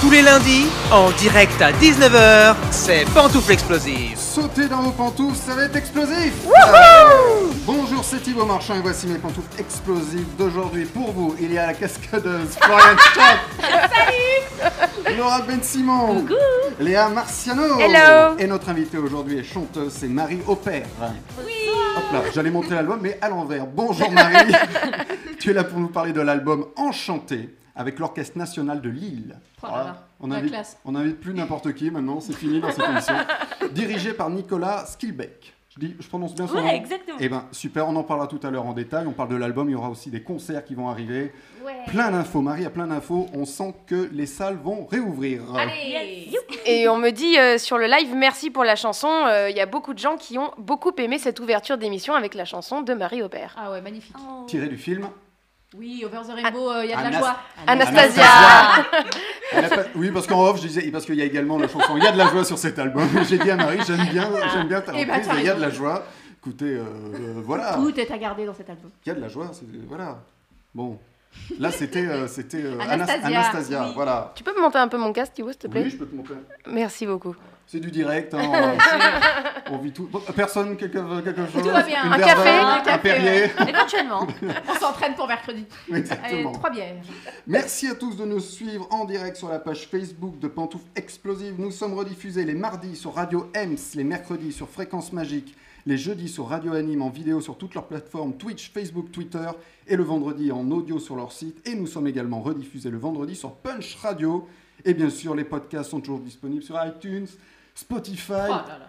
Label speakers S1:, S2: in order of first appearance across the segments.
S1: Tous les lundis, en direct à 19h, c'est Pantoufle Explosive.
S2: Sautez dans vos pantoufles, ça va être explosif Euh, Bonjour, c'est Thibaut Marchand et voici mes pantoufles explosives d'aujourd'hui. Pour vous, il y a la cascadeuse Florian Schaff. Salut Laura Ben-Simon Léa Marciano
S3: Hello.
S2: Et notre invitée aujourd'hui est chanteuse, c'est Marie Aubert. Oui Hop là, j'allais montrer l'album, mais à l'envers. Bonjour Marie Tu es là pour nous parler de l'album Enchanté avec l'Orchestre National de Lille.
S4: Oh là là,
S2: on,
S4: la
S2: invite,
S4: classe.
S2: on invite plus n'importe qui maintenant, c'est fini dans cette émission. Dirigé par Nicolas Skilbeck. Je, dis, je prononce bien son nom
S3: Ouais, exactement.
S2: Eh ben super, on en parlera tout à l'heure en détail. On parle de l'album, il y aura aussi des concerts qui vont arriver.
S3: Ouais.
S2: Plein d'infos, Marie a plein d'infos. On sent que les salles vont réouvrir.
S3: Yes.
S4: Et on me dit euh, sur le live, merci pour la chanson. euh, Il y a beaucoup de gens qui ont beaucoup aimé cette ouverture d'émission avec la chanson de Marie Aubert.
S5: Ah ouais, magnifique.
S3: Oh.
S2: Tiré du film.
S5: Oui, Over the Rainbow, euh, il y a de la
S2: Anas-
S5: joie.
S4: Anastasia.
S2: Elle a pas- Oui, parce qu'en off, je disais, parce qu'il y a également la chanson Il y a de la joie sur cet album. J'ai dit à Marie, j'aime bien, j'aime bien ta
S5: Eh ben,
S2: reprise,
S5: t'as
S2: de Il y a de
S5: raison.
S2: la joie. Écoutez, euh, euh, voilà.
S5: Tout est à garder dans cet album.
S2: Il y a de la joie, c'est- voilà. Bon. Là, c'était euh, c'était euh, Anas-
S5: Anastasia,
S2: Anastasia,
S5: oui.
S2: voilà.
S4: Tu peux me monter un peu mon casque, Thibaut, s'il te plaît
S2: Oui, je peux te montrer.
S4: Merci beaucoup.
S2: C'est du direct. hein, c'est- on vit tout. Bon, personne, quelque, quelque chose.
S5: Tout va bien.
S2: Une
S4: Un
S2: verve,
S4: café,
S2: un
S5: un café,
S2: Perrier.
S5: Éventuellement, on s'entraîne pour mercredi. Allez,
S2: Exactement.
S5: trois bières.
S2: Merci à tous de nous suivre en direct sur la page Facebook de Pantoufles Explosives. Nous sommes rediffusés les mardis sur Radio Ems, les mercredis sur Fréquence Magique, les jeudis sur Radio Anime en vidéo sur toutes leurs plateformes Twitch, Facebook, Twitter et le vendredi en audio sur leur site. Et nous sommes également rediffusés le vendredi sur Punch Radio. Et bien sûr, les podcasts sont toujours disponibles sur iTunes, Spotify.
S5: Oh là là.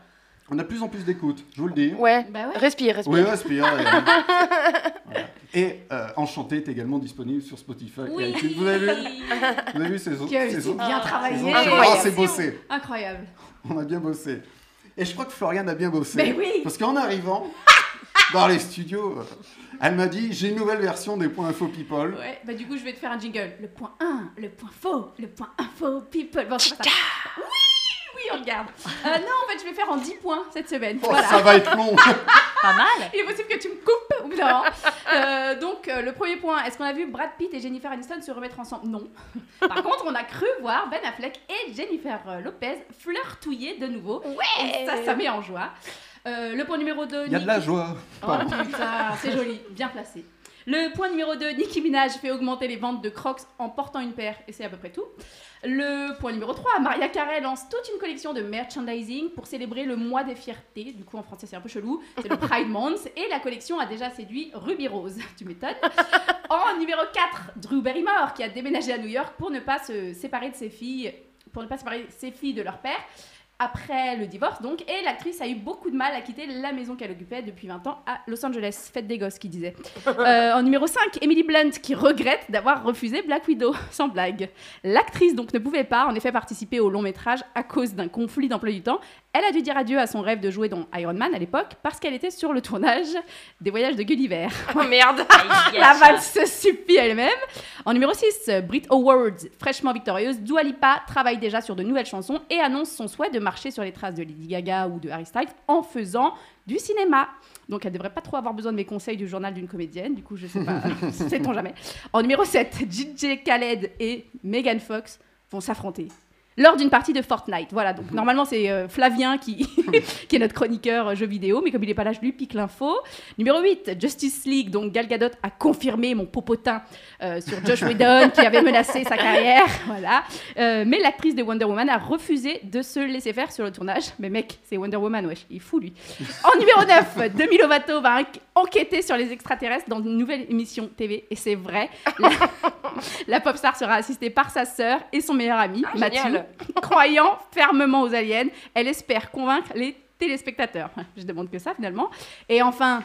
S2: On a de plus en plus d'écoutes, je vous le dis.
S4: Ouais.
S5: Bah ouais.
S4: Respire, respire.
S2: Oui, respire. et, euh, voilà. Et euh, Enchanté est également disponible sur Spotify et
S3: Oui.
S2: iTunes. Vous avez vu vous avez vu ces autres
S5: Que j'ai bien
S2: Ils
S5: travaillé.
S2: ont-
S3: Incroyable.
S2: Ah, c'est bossé.
S5: Incroyable.
S2: On a bien bossé. Et je crois que Floriane a bien bossé.
S5: Mais Ben oui.
S2: Parce qu'en arrivant dans les studios, euh, elle m'a dit j'ai une nouvelle version des points info people.
S5: Ouais, bah du coup, je vais te faire un jingle. Le point 1, le point faux, le point info, people. Bon, c'est pas ça. Oui, oui, on le garde. Euh, non, en fait, je vais faire en 10 points cette semaine.
S2: Oh,
S5: voilà.
S2: Ça va être long.
S3: Pas mal.
S5: Il est possible que tu me coupes au bout d'un moment. Euh, donc, euh, le premier point, est-ce qu'on a vu Brad Pitt et Jennifer Aniston se remettre ensemble Non. Par contre, on a cru voir Ben Affleck et Jennifer euh, Lopez flirtouiller de nouveau. Et ça, ça met en joie. Euh, le point numéro 2,
S2: Il y a de la joie. Pardon.
S5: Oh, c'est joli, bien placé. Le point numéro 2, Nicki Minaj fait augmenter les ventes de Crocs en portant une paire, et c'est à peu près tout. Le point numéro 3, Maria Carey lance toute une collection de merchandising pour célébrer le mois des fiertés. Du coup, en français, c'est un peu chelou. C'est le Pride Month. Et la collection a déjà séduit Ruby Rose. Tu m'étonnes. En numéro 4, Drew Barrymore, qui a déménagé à New York pour ne pas se séparer de ses filles, pour ne pas séparer ses filles de leur père. Après le divorce, donc, et l'actrice a eu beaucoup de mal à quitter la maison qu'elle occupait depuis 20 ans à Los Angeles. Fête des gosses, qui disait. Euh, en numéro 5, Emily Blunt, qui regrette d'avoir refusé Black Widow, sans blague. L'actrice donc ne pouvait pas en effet participer au long métrage à cause d'un conflit d'emploi du temps. Elle a dû dire adieu à son rêve de jouer dans Iron Man à l'époque parce qu'elle était sur le tournage des voyages de Gulliver.
S4: Oh merde.
S5: La vanne se suffit à elle-même. En numéro 6, Brit Awards, fraîchement victorieuse, Dua Lipa travaille déjà sur de nouvelles chansons et annonce son souhait de marcher sur les traces de Lady Gaga ou de Harry Styles en faisant du cinéma. Donc elle devrait pas trop avoir besoin de mes conseils du journal d'une comédienne, du coup je sais pas, sait-on jamais. En numéro 7, DJ Khaled et Megan Fox vont s'affronter. Lors d'une partie de Fortnite. Voilà, donc normalement c'est euh, Flavien qui, qui est notre chroniqueur euh, jeux vidéo, mais comme il n'est pas là, je lui pique l'info. Numéro 8, Justice League. Donc Gal Gadot a confirmé mon popotin euh, sur Josh Whedon qui avait menacé sa carrière. Voilà. Euh, mais l'actrice de Wonder Woman a refusé de se laisser faire sur le tournage. Mais mec, c'est Wonder Woman, wesh, il est fou lui. En numéro 9, Demi Lovato va inqu- enquêter sur les extraterrestres dans une nouvelle émission TV. Et c'est vrai, la, la pop star sera assistée par sa sœur et son meilleur ami,
S4: Ah,
S5: Mathieu.
S4: génial.
S5: Croyant fermement aux aliens, elle espère convaincre les téléspectateurs. Je demande que ça finalement. Et enfin,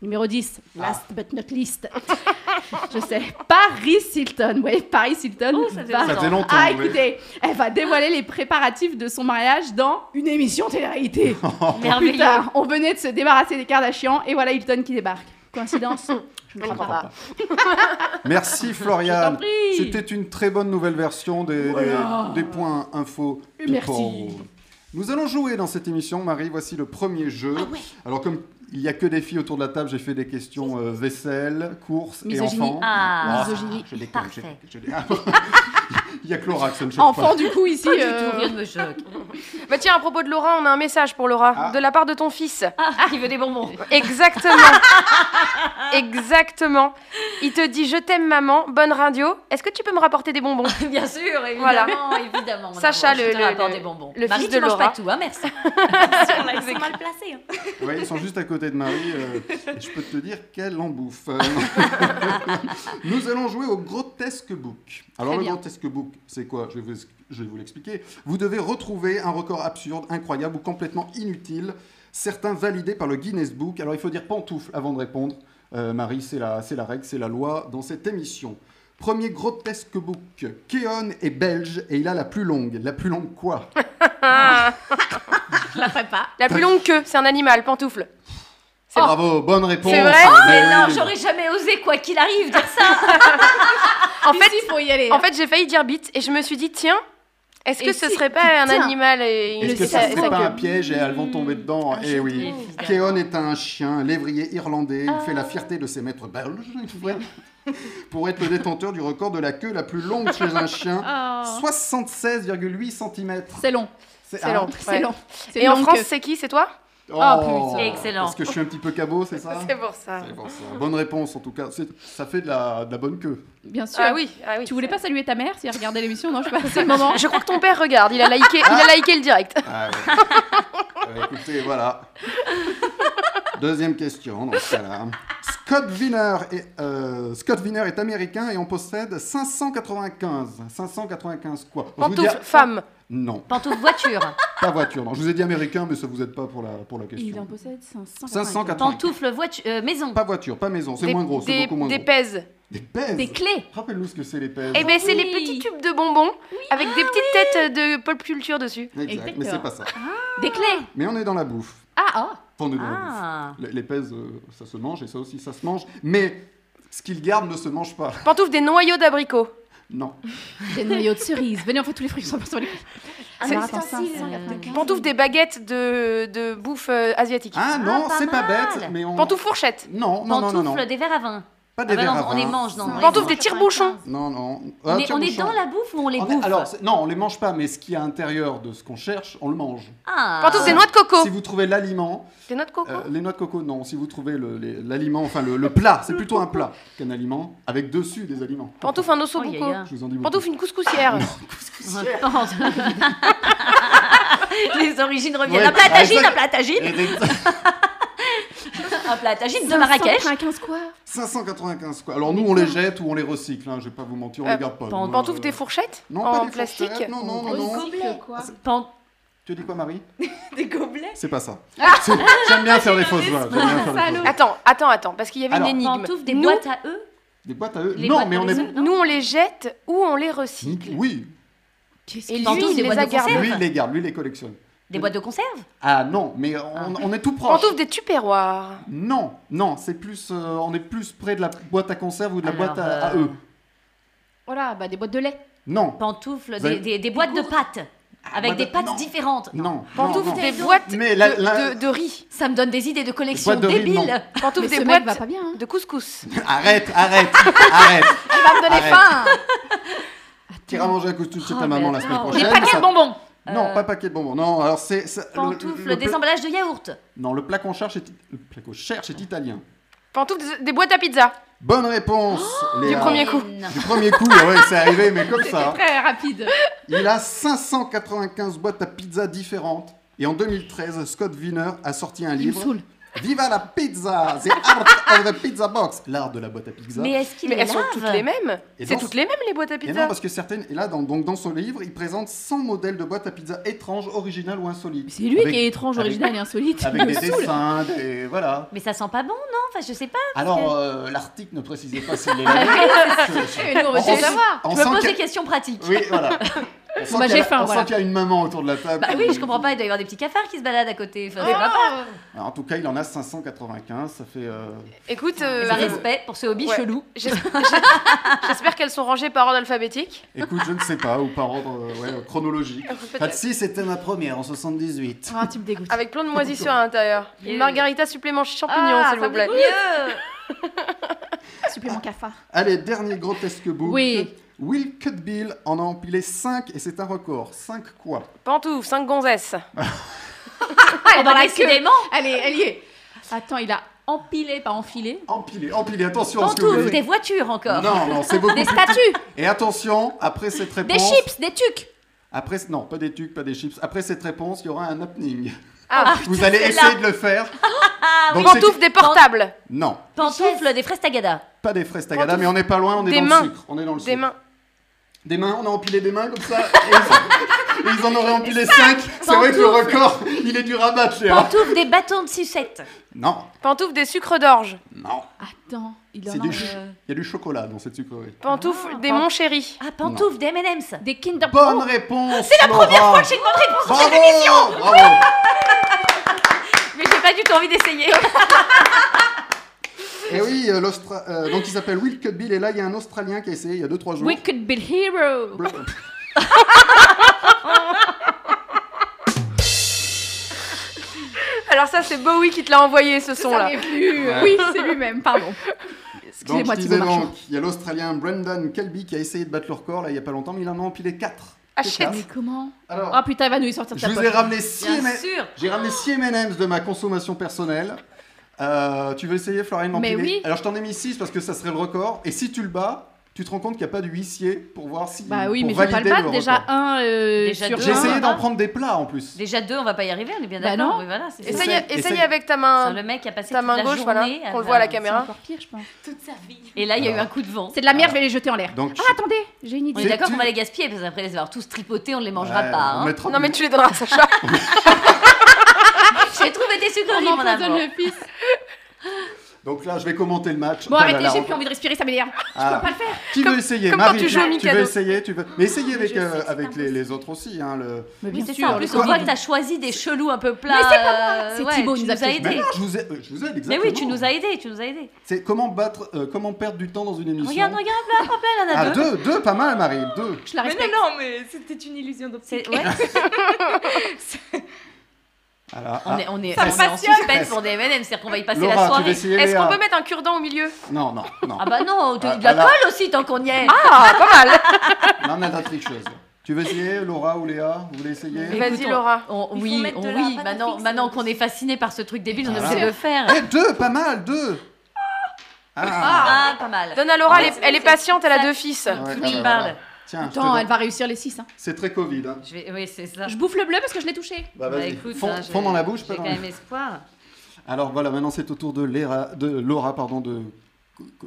S5: numéro 10, last but not least. Je sais, Paris Hilton. Oui, Paris Hilton.
S3: Oh, ça faisait
S5: va-
S2: Bah, Ça faisait longtemps.
S5: Ah,
S2: oui.
S5: écoutez, elle va dévoiler les préparatifs de son mariage dans une émission télé-réalité.
S3: Merveilleux.
S5: Putain, on venait de se débarrasser des Kardashians et voilà Hilton qui débarque. Coïncidence Je ne
S4: Je
S5: crois
S4: comprends
S5: pas.
S4: pas.
S2: Merci
S5: Je t'en
S2: Floriane.
S5: prie.
S2: C'était une très bonne nouvelle version des, des-
S5: Voilà.
S2: des points info.
S5: Merci.
S2: people. Nous allons jouer dans cette émission, Marie. Voici le premier jeu. Alors, comme Il n'y a que des filles autour de la table. J'ai fait des questions euh, vaisselle, courses et
S5: Misogynie.
S2: enfants.
S3: Ah,
S2: Ah,
S5: misogynie.
S2: Je déconne. j'ai-
S3: Parfait.
S2: je dé- Il y a que Laura que ça ne choque
S5: Enfant,
S2: pas.
S5: du coup, ici.
S3: Pas Oh, du
S5: euh,
S3: tout, rien ne me choque.
S4: Bah tiens, à propos de Laura, on a un message pour Laura,
S2: Ah.
S4: de la part de ton fils.
S3: Ah, il veut des bonbons.
S4: Exactement. Exactement. Il te dit je t'aime maman, bonne radio. Est-ce que tu peux me rapporter des bonbons
S3: Bien sûr, évidemment,
S4: Voilà.
S3: évidemment. mon
S4: Sacha,
S3: amour, je
S4: le-
S3: te
S4: le-
S3: rapporte
S4: le-
S3: des bonbons.
S4: le
S3: Marie,
S4: fils
S3: tu
S4: de
S3: manges
S4: Laura.
S3: pas tout, hein, merci. Ils sont mal placés. hein.
S2: Ouais, ils sont juste à côté de Marie. euh, je peux te dire qu'elle en bouffe. Euh, Nous allons jouer au grotesque book. Alors
S5: Très
S2: le
S5: bien.
S2: grotesque book, c'est quoi Je vais vous, je vais vous l'expliquer. Vous devez retrouver un record absurde, incroyable ou complètement inutile, certains validés par le Guinness Book. Alors il faut dire pantoufle avant de répondre. Euh, Marie, c'est la, c'est la règle, c'est la loi dans cette émission. Premier grotesque book. Keon est belge et il a la plus longue. La plus longue quoi
S4: Ah,
S5: Je la ferai pas.
S4: La plus longue queue, c'est un animal, pantoufle. C'est vrai.
S2: Bravo, bonne réponse. Ah,
S4: C'est vrai
S2: Mais
S3: Mais non,
S2: oui.
S3: j'aurais jamais osé, quoi qu'il arrive, dire ça.
S4: En
S5: Ici,
S4: fait,
S5: faut y aller.
S4: en fait, j'ai failli dire bite et je me suis dit tiens, est-ce que
S5: Et
S4: ce
S5: si-
S4: serait pas un
S5: tiens.
S4: animal et
S2: Est-ce
S4: une-
S2: que ça
S5: le sait
S4: sa-
S2: serait
S4: sa
S5: pas
S2: pas un
S4: queue
S2: piège et elles vont tomber dedans Eh oui.
S3: Évidemment.
S2: Keon est un chien, lévrier irlandais. Il fait la fierté de ses maîtres belges ouais, pour être le détenteur du record de la queue la plus longue chez un chien.
S5: Oh.
S2: 76,8 cm.
S5: C'est long.
S4: C'est long. Ah,
S5: C'est
S4: Ouais.
S5: long. C'est
S4: Et en
S5: long
S4: France,
S5: que-
S4: c'est qui C'est toi
S5: Oh, putain.
S3: Excellent.
S2: Parce que je suis un petit peu cabot, c'est ça
S4: C'est pour ça.
S2: C'est pour ça. Bonne réponse en tout cas. C'est- Ça fait de la, de la bonne queue.
S5: Bien sûr.
S4: Ah oui, ah oui.
S5: Tu voulais pas saluer ta mère si elle regardait l'émission Non, je sais pas. C'est le moment.
S4: Je crois que ton père regarde, il a liké, il a liké le direct.
S2: Ah ouais. Euh, écoutez, voilà. Deuxième question dans ce cas-là. Scott Wiener, est, euh, Scott Wiener est américain et on possède 595. 595 quoi Je vous dis-
S4: Pantoufle, femme.
S2: ah, Non,
S3: Pantoufle voiture,
S2: pas voiture. Non, je vous ai dit américain, mais ça vous aide pas pour la, pour la
S5: Il
S2: question.
S5: en possède 500.
S2: 595.
S3: pantoufle voiture, euh, maison,
S2: Pas voiture, pas maison. C'est
S4: Des-
S2: moins gros, c'est
S4: des-
S2: beaucoup moins
S4: Des
S2: gros.
S4: pèses.
S2: Des pèses.
S5: Des clés.
S2: Rappelle-nous ce que c'est les pèses.
S4: Eh ben, c'est
S5: Oui.
S4: les petits tubes de bonbons avec des petites têtes de pop culture dessus.
S2: exact, mais
S5: Exactement.
S2: c'est pas ça.
S5: Des clés.
S2: Mais on est dans la bouffe.
S5: Ah, ah.
S2: Enfin, on est dans la bouffe.
S3: ah,
S2: Les, les pèses, euh, ça se mange et ça aussi, ça se mange. Mais ce qu'ils gardent ne se mange pas.
S4: Pantoufles des noyaux d'abricot.
S2: Non.
S5: Des noyaux de cerises. Venez, on fait tous les fruits qui sont sur les
S3: un
S4: Ah, C'est-
S3: ustensile,
S5: c'est-
S3: euh,
S4: Pantoufles des baguettes de, de bouffe euh, asiatique.
S2: Ah non,
S3: pas
S2: c'est pas
S3: mal.
S2: bête, mais on.
S4: Pantoufles fourchettes.
S2: Non, non, non,
S3: pantoufle
S2: non, non.
S3: des verres à vin.
S2: Pas
S3: Ah
S2: des
S3: bah
S2: verres
S3: non,
S2: à
S3: on les
S2: vin.
S3: mange, non. on les
S4: Pantoufles
S3: mange.
S4: des tire-bouchons.
S2: Non, non. Ah,
S3: On est,
S2: tiens,
S3: on
S2: mon
S3: est
S2: chat.
S3: dans la bouffe ou on les
S2: On est-
S3: bouffe
S2: Alors, c'est- non, on les mange pas, mais ce qui est à l'intérieur de ce qu'on cherche, on le mange.
S3: ah.
S4: Pantoufles des noix de coco.
S2: Si vous trouvez l'aliment,
S4: Des noix de coco.
S2: euh, les noix de coco, non. Si vous trouvez le- les- l'aliment, enfin le, le plat, c'est plutôt un plat qu'un aliment, avec dessus des aliments.
S4: Pantoufles un osso
S3: Oh, y a- y a.
S2: Je vous en dis beaucoup.
S4: Pantoufles une couscoussière.
S3: Les origines reviennent.
S2: Ouais,
S3: un plat à
S2: bah,
S3: tagine,
S2: exact.
S3: un plat à tagine,
S4: euh,
S2: Et des-
S3: un plat à tagine de Marrakech.
S5: 95 quoi
S2: 595 quoi. Alors nous, on les jette ou on les recycle, hein, je vais pas vous mentir, on
S4: Euh,
S2: les garde pas.
S3: pan-
S2: nous,
S4: Pantoufles
S2: euh,
S4: des fourchettes
S2: non, pas
S4: en
S2: des
S4: plastique.
S2: fourchettes, Non, non, non, non.
S5: quoi
S3: Pan-
S2: Tu dis quoi, Marie
S3: Des gobelets.
S2: C'est pas ça. C'est- J'aime bien faire des fausses voix. j'aime bien faire des fausses voix.
S4: Attends, attends, attends, parce qu'il y avait
S2: Alors,
S4: une énigme.
S3: Pantoufles des
S4: nous,
S3: boîtes à eux.
S2: Des boîtes à eux
S3: Les
S2: Non,
S3: boîtes
S2: mais
S3: dans
S2: on
S3: les
S2: est.
S3: œufs, non
S4: nous on les jette ou on les recycle.
S2: Oui,
S4: Et lui,
S3: Pantoufles
S4: il
S3: des
S4: les
S3: boîtes
S4: a
S3: de
S4: gardés.
S2: lui,
S3: conserve.
S2: il les garde, lui, il les collectionne.
S3: Des boîtes de conserve.
S2: Ah non, mais on, on est tout proche.
S4: Pantoufles des tupperwares.
S2: Non, non, c'est plus. euh, on est plus près de la boîte à conserve ou de la
S3: Alors,
S2: boîte à, à
S3: euh,
S2: eux.
S5: Voilà, bah des boîtes de lait.
S2: Non,
S3: Pantoufles
S2: Vous
S3: des,
S2: avez-
S3: des- des boîtes de pâtes avec
S2: Ben, boîtes
S3: des
S2: de-
S3: pâtes
S2: non.
S3: différentes.
S2: non.
S4: Pantoufles
S2: non, non.
S4: des boîtes
S2: Mais la-
S4: de,
S2: la-
S4: de- de riz.
S3: Ça me donne des idées de collection
S2: boîtes de riz,
S3: débiles.
S2: non.
S4: Pantoufles
S5: Mais
S4: des
S5: ce mec
S4: boîtes
S5: va pas bien. hein.
S4: de couscous.
S2: Arrête, arrête, arrête.
S5: Elle va me donner
S2: Arrête.
S5: faim.
S2: T'iras manger un couscous chez
S3: Oh,
S2: ta maman
S3: mais
S2: la semaine
S3: non.
S2: prochaine.
S3: Des
S2: ça-
S4: bonbons.
S2: Non,
S3: Euh,
S2: pas paquet de bonbons. Non, alors c'est. ça- le-
S3: Pantoufles
S2: le
S3: des
S2: pla-
S3: emballages de yaourt.
S2: Non, le plat qu'on cherche est, le plat qu'on cherche est italien.
S4: Pantoufles des- des boîtes à pizza.
S2: Bonne réponse,
S5: Oh,
S2: Léa.
S4: Du premier coup.
S3: N.
S2: Du premier coup, ah ouais, c'est arrivé, mais comme ça.
S5: Très rapide.
S2: Il a 595 boîtes à pizza différentes. Et en 2013, Scott Wiener a sorti un
S5: Il me
S2: livre.
S5: saoule.
S2: Viva la pizza! The art of the pizza box! L'art de la boîte à pizza.
S3: Mais est-ce qu'il
S4: Mais
S3: les
S4: elles
S3: lave
S4: sont toutes les mêmes.
S2: Et
S4: C'est
S2: dans-
S4: toutes les mêmes les boîtes à
S2: Et
S4: pizza.
S2: non, parce que certaines. Et là, dans, donc, dans son livre, il présente 100 modèles de boîtes à pizza étranges, originales ou insolites.
S5: C'est lui
S2: Avec-
S5: qui est étrange,
S2: avec-
S5: original et insolite. Il
S2: Avec
S5: me
S2: des
S5: saoule.
S2: dessins, des. Voilà.
S3: Mais ça sent pas bon, non Enfin, je sais pas.
S2: Alors, euh, l'article ne précisait pas s'il les avait.
S5: Et nous, on veut
S2: En-
S5: savoir.
S2: en
S3: Je me pose
S2: 100
S3: des questions pratiques.
S2: Oui, voilà. On sent
S5: Moi,
S2: qu'il y a-
S5: j'ai faim,
S2: on sent
S5: voilà.
S2: qu'il y a une maman autour de la table.
S6: Bah
S2: qui-
S6: oui, je comprends pas, il doit y avoir des petits cafards qui se baladent à côté. Enfin, je
S2: Ah,
S5: Oh
S6: vois pas.
S2: Alors, en tout cas, il en a 595, ça fait... euh,
S4: Écoute, euh,
S6: Bah,
S2: c'est- Eh
S6: respect pour ce hobby
S4: Ouais.
S6: chelou.
S4: j'es- j'espère qu'elles sont rangées par ordre alphabétique.
S2: Écoute, je ne sais pas, ou par ordre euh, ouais, chronologique. Patsy, c'était ma première en 78.
S5: Ah, tu me dégoûtes.
S4: Avec plein de moisissures à l'intérieur. Une
S6: Yeah.
S4: margarita supplément champignon,
S5: Ah,
S4: s'il
S5: ça
S4: vous
S5: me
S4: plaît.
S5: dégoûte.
S2: Ah.
S5: Supplément cafard.
S2: Allez, dernier grotesque book.
S5: Oui.
S2: Will Cutbill en a empilé 5 et c'est un record. 5 quoi
S4: Pantouf, 5 gonzesses.
S6: Ah,
S5: dans
S2: ben,
S6: bah,
S5: la
S6: décidément.
S5: Allez, elle y est. Attends, il a empilé, pas enfilé.
S2: Empilé, empilé, attention à ce que vous
S6: Pantoufles,
S2: voulez.
S6: des voitures encore.
S2: Non, non, c'est beaucoup
S6: Des
S2: plus-
S6: statues,
S2: Et attention, après cette
S6: des
S2: réponse...
S6: chips, des tucs.
S2: Après, non, pas des tucs, pas des chips. Après cette réponse, il y aura un opening.
S4: Ah,
S2: Vous allez
S6: c'est
S2: essayer de le faire.
S6: Ah,
S2: Donc, c'est-
S4: pantoufles, des portables.
S2: Non,
S6: Pantoufles, des fraises tagada.
S2: pas des fraises tagada,
S4: Pantoufles.
S2: mais on n'est pas loin, on est
S4: Des
S2: dans
S4: mains.
S2: le sucre. On est dans le
S4: Des
S2: sucre.
S4: mains.
S2: Des mains, on a empilé des mains comme ça. et ils, et ils en auraient empilé 5. C'est vrai que le
S6: Pantoufles.
S2: record, il est dur à battre, Léa.
S6: Pantoufles, des bâtons de sucette.
S2: Non,
S4: Pantoufles, des sucres d'orge.
S2: non.
S5: Attends, il
S2: C'est
S5: en euh,
S2: du
S5: a
S2: ch- Il y a du chocolat dans cette sucrerie.
S4: Pantoufles, des
S5: pan-
S4: mon chéri.
S6: Ah, pantoufles, des M&M's.
S5: des Kinder
S2: Bonne réponse C'est la première fois que j'ai une bonne réponse Bravo Bravo
S6: Mais j'ai pas du tout envie d'essayer.
S2: Et oui, euh, l'Austra- euh, donc il s'appelle Will Cutbill, et là, il y a un Australien qui a essayé il y a 2-3 jours.
S5: Wicked Bill Hero.
S2: Blah-
S4: Alors ça, c'est Bowie qui te l'a envoyé, ce son-là.
S2: Ouais.
S5: Oui, c'est lui-même, pardon.
S2: Donc, je
S5: Excusez-moi,
S2: disais
S5: Thibaut Marchand.
S2: donc, il y a l'Australien Brendan Kelby qui a essayé de battre le record, là, il y a pas longtemps, mais il en a empilé 4.
S4: Achète.
S5: Mais comment
S2: Alors,
S5: Oh putain, il va nous sortir de
S2: je
S5: sa
S2: vous ai
S5: poche.
S2: ramené 6
S6: Bien sûr.
S2: J'ai ramené 6 M&M's de ma consommation personnelle. Euh, tu veux essayer, Florian d'en
S5: Mais
S2: piler
S5: oui.
S2: Alors, je t'en ai mis 6 parce que ça serait le record. Et si tu le bats, tu te rends compte qu'il n'y a pas de huissier pour voir si.
S5: Bah oui,
S2: pour
S5: mais je vais pas le
S2: valider
S5: battre. Déjà
S2: record.
S5: un euh,
S6: Déjà
S5: sur
S6: deux.
S2: J'ai
S5: un.
S2: essayé
S6: hein.
S2: d'en prendre des plats en plus.
S6: Déjà deux, on va pas y arriver, on est bien
S5: Bah
S6: d'accord.
S5: non.
S6: Oui, voilà, c'est ça.
S4: Essaye,
S2: Essaye,
S4: essaye
S2: essaye.
S4: avec ta
S6: Enfin,
S4: main,
S6: le mec a passé
S4: ta
S6: toute
S4: main
S6: la
S4: gauche, voilà,
S6: journée
S4: qu'on le voit à la
S6: faire-
S5: C'est
S4: caméra.
S5: encore pire, je pense.
S6: Toute sa vie. Et là, il y a eu
S2: Alors.
S6: un coup de vent.
S5: C'est de la merde, je vais les jeter en l'air.
S2: Donc,
S5: Ah,
S2: je-
S5: attendez, j'ai une
S6: On
S5: idée.
S6: est
S2: C'est
S6: d'accord
S2: tu-
S6: qu'on va les gaspiller parce qu'après les avoir tous tripotés, on ne les mangera
S2: Ouais,
S6: pas.
S2: on
S6: hein.
S2: mettra-
S4: Non mais tu les donneras à Sacha.
S6: J'ai trouvé des
S5: On
S6: sucreries, mon amour.
S5: empoisonne le fils.
S2: Donc là, je vais commenter le match.
S5: Bon,
S2: Ah là
S5: arrêtez,
S2: là,
S5: j'ai
S2: on-
S5: plus envie de respirer, ça m'énerve.
S2: Ah.
S5: Je peux pas le faire.
S2: Qui
S4: Comme-
S2: veut essayer
S4: comme quand
S2: Marie,
S4: tu joues au Mikado.
S2: veux essayer tu veux... Mais essayez avec,
S6: je sais
S2: euh,
S6: que c'est
S2: avec les,
S6: impossible.
S2: les autres aussi. Hein, le...
S5: Mais
S6: Oui,
S5: bien
S6: c'est
S5: sûr,
S6: ça. En plus,
S5: le
S6: on voit
S5: Covid.
S6: que t'as choisi des chelous un peu plats.
S5: Mais c'est pas
S6: euh,
S5: moi, c'est
S6: ouais,
S5: Thibaut
S6: tu
S5: nous
S6: nous
S5: a
S6: as
S5: fait-
S2: Mais
S6: aidés.
S2: non, je vous, ai... euh, je vous aide
S6: Mais
S2: exactement.
S6: oui, tu nous as aidés, tu nous as aidés.
S2: C'est comment, battre, euh, comment perdre du temps dans une émission
S6: Regarde, regarde, là, hop là, il y en
S2: Ah,
S6: a deux.
S2: deux, deux, pas mal, Marie, deux.
S5: Je la respecte.
S7: non, non, mais c'était une illusion d'optique.
S6: C'est- ouais,
S2: Ah, Voilà.
S6: on est, on est,
S2: Ça
S6: on
S2: me
S6: est en
S2: passionne.
S6: suspense pour des M&M, c'est-à-dire qu'on va y passer
S2: Laura,
S6: la
S2: tu veux
S6: soirée.
S2: essayer
S4: Est-ce qu'on
S2: Léa
S4: peut mettre un cure-dent au milieu
S2: Non, non, non.
S6: Ah bah non, tu-
S2: Ah,
S6: de la
S2: voilà.
S6: colle aussi tant qu'on y est.
S4: Ah, pas mal.
S2: Là, on a de la tricheuse. Tu veux essayer, Laura ou Léa Vous voulez essayer
S6: Mais-
S4: Vas-y
S6: Écoutons.
S4: Laura.
S6: On-
S7: Il faut
S6: oui,
S7: mettre
S6: on,
S7: de la
S6: oui.
S7: pâte à
S6: Maintenant,
S7: fixe.
S6: maintenant qu'on est fasciné par ce truc débile, on
S5: Ah,
S6: est
S2: Voilà.
S6: obligé de le faire.
S2: Eh, deux, pas mal, deux Ah,
S6: Ah, pas mal.
S4: Donne à Laura, elle est,
S6: Ouais.
S4: elle est patiente, elle a
S6: Ça-
S4: deux fils.
S2: Ouais,
S6: qui
S2: ah bah,
S6: parle.
S2: voilà. Tiens, je te
S5: Attends,
S2: donne-
S5: elle va réussir les 6.
S2: c'est très Covid. Hein.
S6: Je vais, oui, c'est ça.
S5: Je bouffe le bleu parce que je l'ai touché.
S2: Bah,
S6: Bah,
S2: vas-y.
S6: écoute,
S2: fond,
S6: hein,
S2: fond
S6: j'ai-
S2: dans la bouche, pas
S6: J'ai
S2: dans
S6: quand
S2: la-
S6: même espoir.
S2: Alors voilà, maintenant c'est au tour de, Léra- de Laura, pardon, de.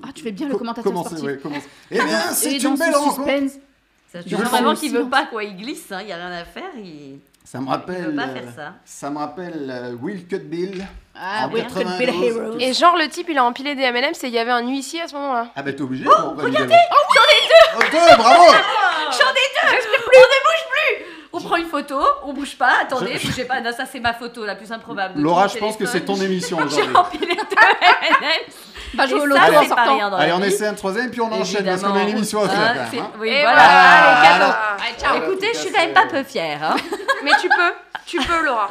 S5: Ah, tu fais bien le commentateur
S2: commencer,
S5: sportif.
S2: ouais, commencer. Eh bien, c'est
S5: Et dans
S2: une
S5: ce
S2: belle rencontre.
S5: suspense,
S6: Ça,
S2: Tu
S6: je
S2: veux
S6: sens vraiment
S5: prendre
S6: qu'il
S5: le
S6: veut pas, quoi. Il glisse, hein, il y a rien à faire. Il...
S2: Ça me
S6: Il
S2: rappelle.
S6: veut pas
S2: euh,
S6: faire ça.
S2: ça me rappelle euh, Will Cutbill.
S5: Ah,
S2: En
S5: oui, que de belle
S2: 92.
S5: hero.
S4: Et genre le type, il a empilé des M&M's et il y avait un huissier à ce moment-là.
S2: Ah bah t'es obligé. Oh, regardez Oh, j'en ai deux Deux, bravo
S6: J'en ai deux On ne bouge plus On prend une photo, on bouge pas, attendez, bougez pas. Non, ça c'est ma photo la plus improbable. de
S2: Laura,
S6: tout
S2: je
S6: mon
S2: pense que c'est
S6: téléphone.
S2: ton émission
S6: J'ai
S2: aujourd'hui.
S6: empilé deux M&M's.
S5: Va jouer au
S6: Et
S5: loto
S6: ça,
S5: en
S6: c'est pas
S5: sortant.
S6: rien dans la
S2: Allez, on
S6: vie.
S2: essaie un troisième, puis on enchaîne, parce qu'on a une
S6: Évidemment.
S2: émission à
S6: Ah,
S2: faire quand
S6: c'est-
S2: même. hein.
S6: Oui,
S4: Et
S6: voilà.
S4: voilà,
S2: Ah,
S4: les cadeaux.
S2: alors.
S4: Allez,
S2: Ah,
S4: ciao.
S2: là,
S6: Écoutez,
S2: tout
S6: je
S2: à
S6: suis
S2: fait.
S6: quand même pas peu fière. Hein.
S4: Mais tu peux, tu peux Laura.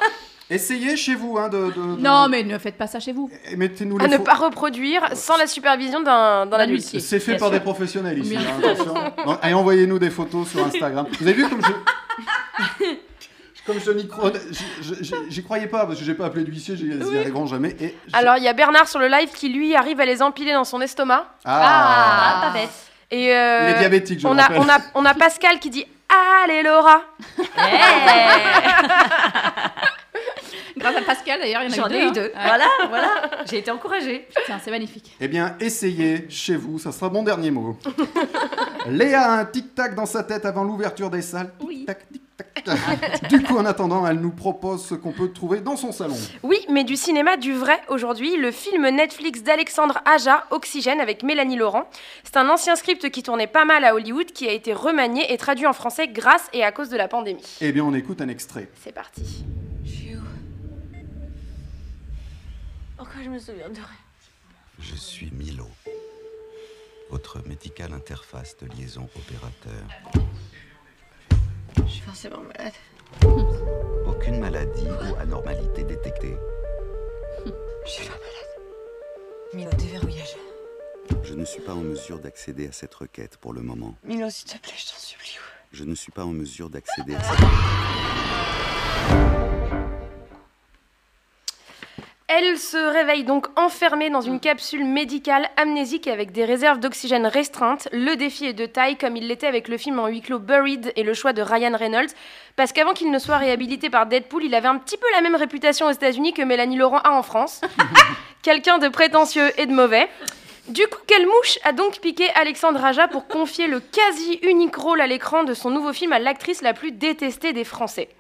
S2: Essayez chez vous, hein, de... de- de-
S5: Non, mais ne faites pas ça chez vous.
S2: Et Mettez-nous
S4: À
S2: les
S4: ne
S2: faux-
S4: pas reproduire sans la supervision d'un d'un
S5: Un
S4: adulte.
S5: huissier.
S2: C'est fait
S5: Bien
S2: par
S5: sûr.
S2: des professionnels ici,
S5: Bien
S2: hein, attention. Donc, allez, envoyez-nous des photos sur Instagram. Vous avez vu comme je... Comme je te micro... je- je- je- J'y croyais pas, parce que j'ai pas appelé d'huissier, j'y j'y arriverai jamais. Et j'ai-
S4: Alors il y a Bernard sur le live qui lui arrive à les empiler dans son estomac.
S2: Ah,
S6: Ah, pas bête.
S4: Et euh,
S2: Il est diabétique, je
S4: on
S2: le
S4: a,
S2: rappelle.
S4: on, a, on a Pascal qui dit Allez Laura
S6: Eh,
S5: Grâce à Pascal d'ailleurs, il y en
S6: J'en
S5: a
S6: ai
S5: eu
S6: eu
S5: deux.
S6: deux.
S5: hein.
S6: Voilà, voilà. J'ai été encouragée.
S5: Putain, c'est magnifique.
S2: Eh bien, essayez chez vous, ça sera mon dernier mot. Léa a un tic-tac dans sa tête avant l'ouverture des salles.
S5: Oui.
S2: Tic-tac, tic-tac, Du coup, en attendant, elle nous propose ce qu'on peut trouver dans son salon.
S4: Oui, mais du cinéma du vrai aujourd'hui, le film Netflix d'Alexandre Aja, Oxygène avec Mélanie Laurent. C'est un ancien script qui tournait pas mal à Hollywood, qui a été remanié et traduit en français grâce et à cause de la pandémie.
S2: Eh bien, on écoute un extrait.
S4: C'est parti.
S8: Pourquoi je me souviens de rien
S9: Je suis Milo, votre médical interface de liaison opérateur.
S8: Je suis forcément malade.
S9: Aucune maladie ou anormalité détectée.
S8: Je suis pas malade. Milo, déverrouillage.
S9: Je ne suis pas en mesure d'accéder à cette requête pour le moment.
S8: Milo, s'il te plaît, je t'en supplie.
S9: Je ne suis pas en mesure d'accéder à cette...
S4: Elle se réveille donc enfermée dans une capsule médicale amnésique avec des réserves d'oxygène restreintes. Le défi est de taille, comme il l'était avec le film en huis clos Buried et le choix de Ryan Reynolds. Parce qu'avant qu'il ne soit réhabilité par Deadpool, il avait un petit peu la même réputation aux États-Unis que Mélanie Laurent a en France. Quelqu'un de prétentieux et de mauvais. Du coup, quelle mouche a donc piqué Alexandre Aja pour confier le quasi unique rôle à l'écran de son nouveau film à l'actrice la plus détestée des Français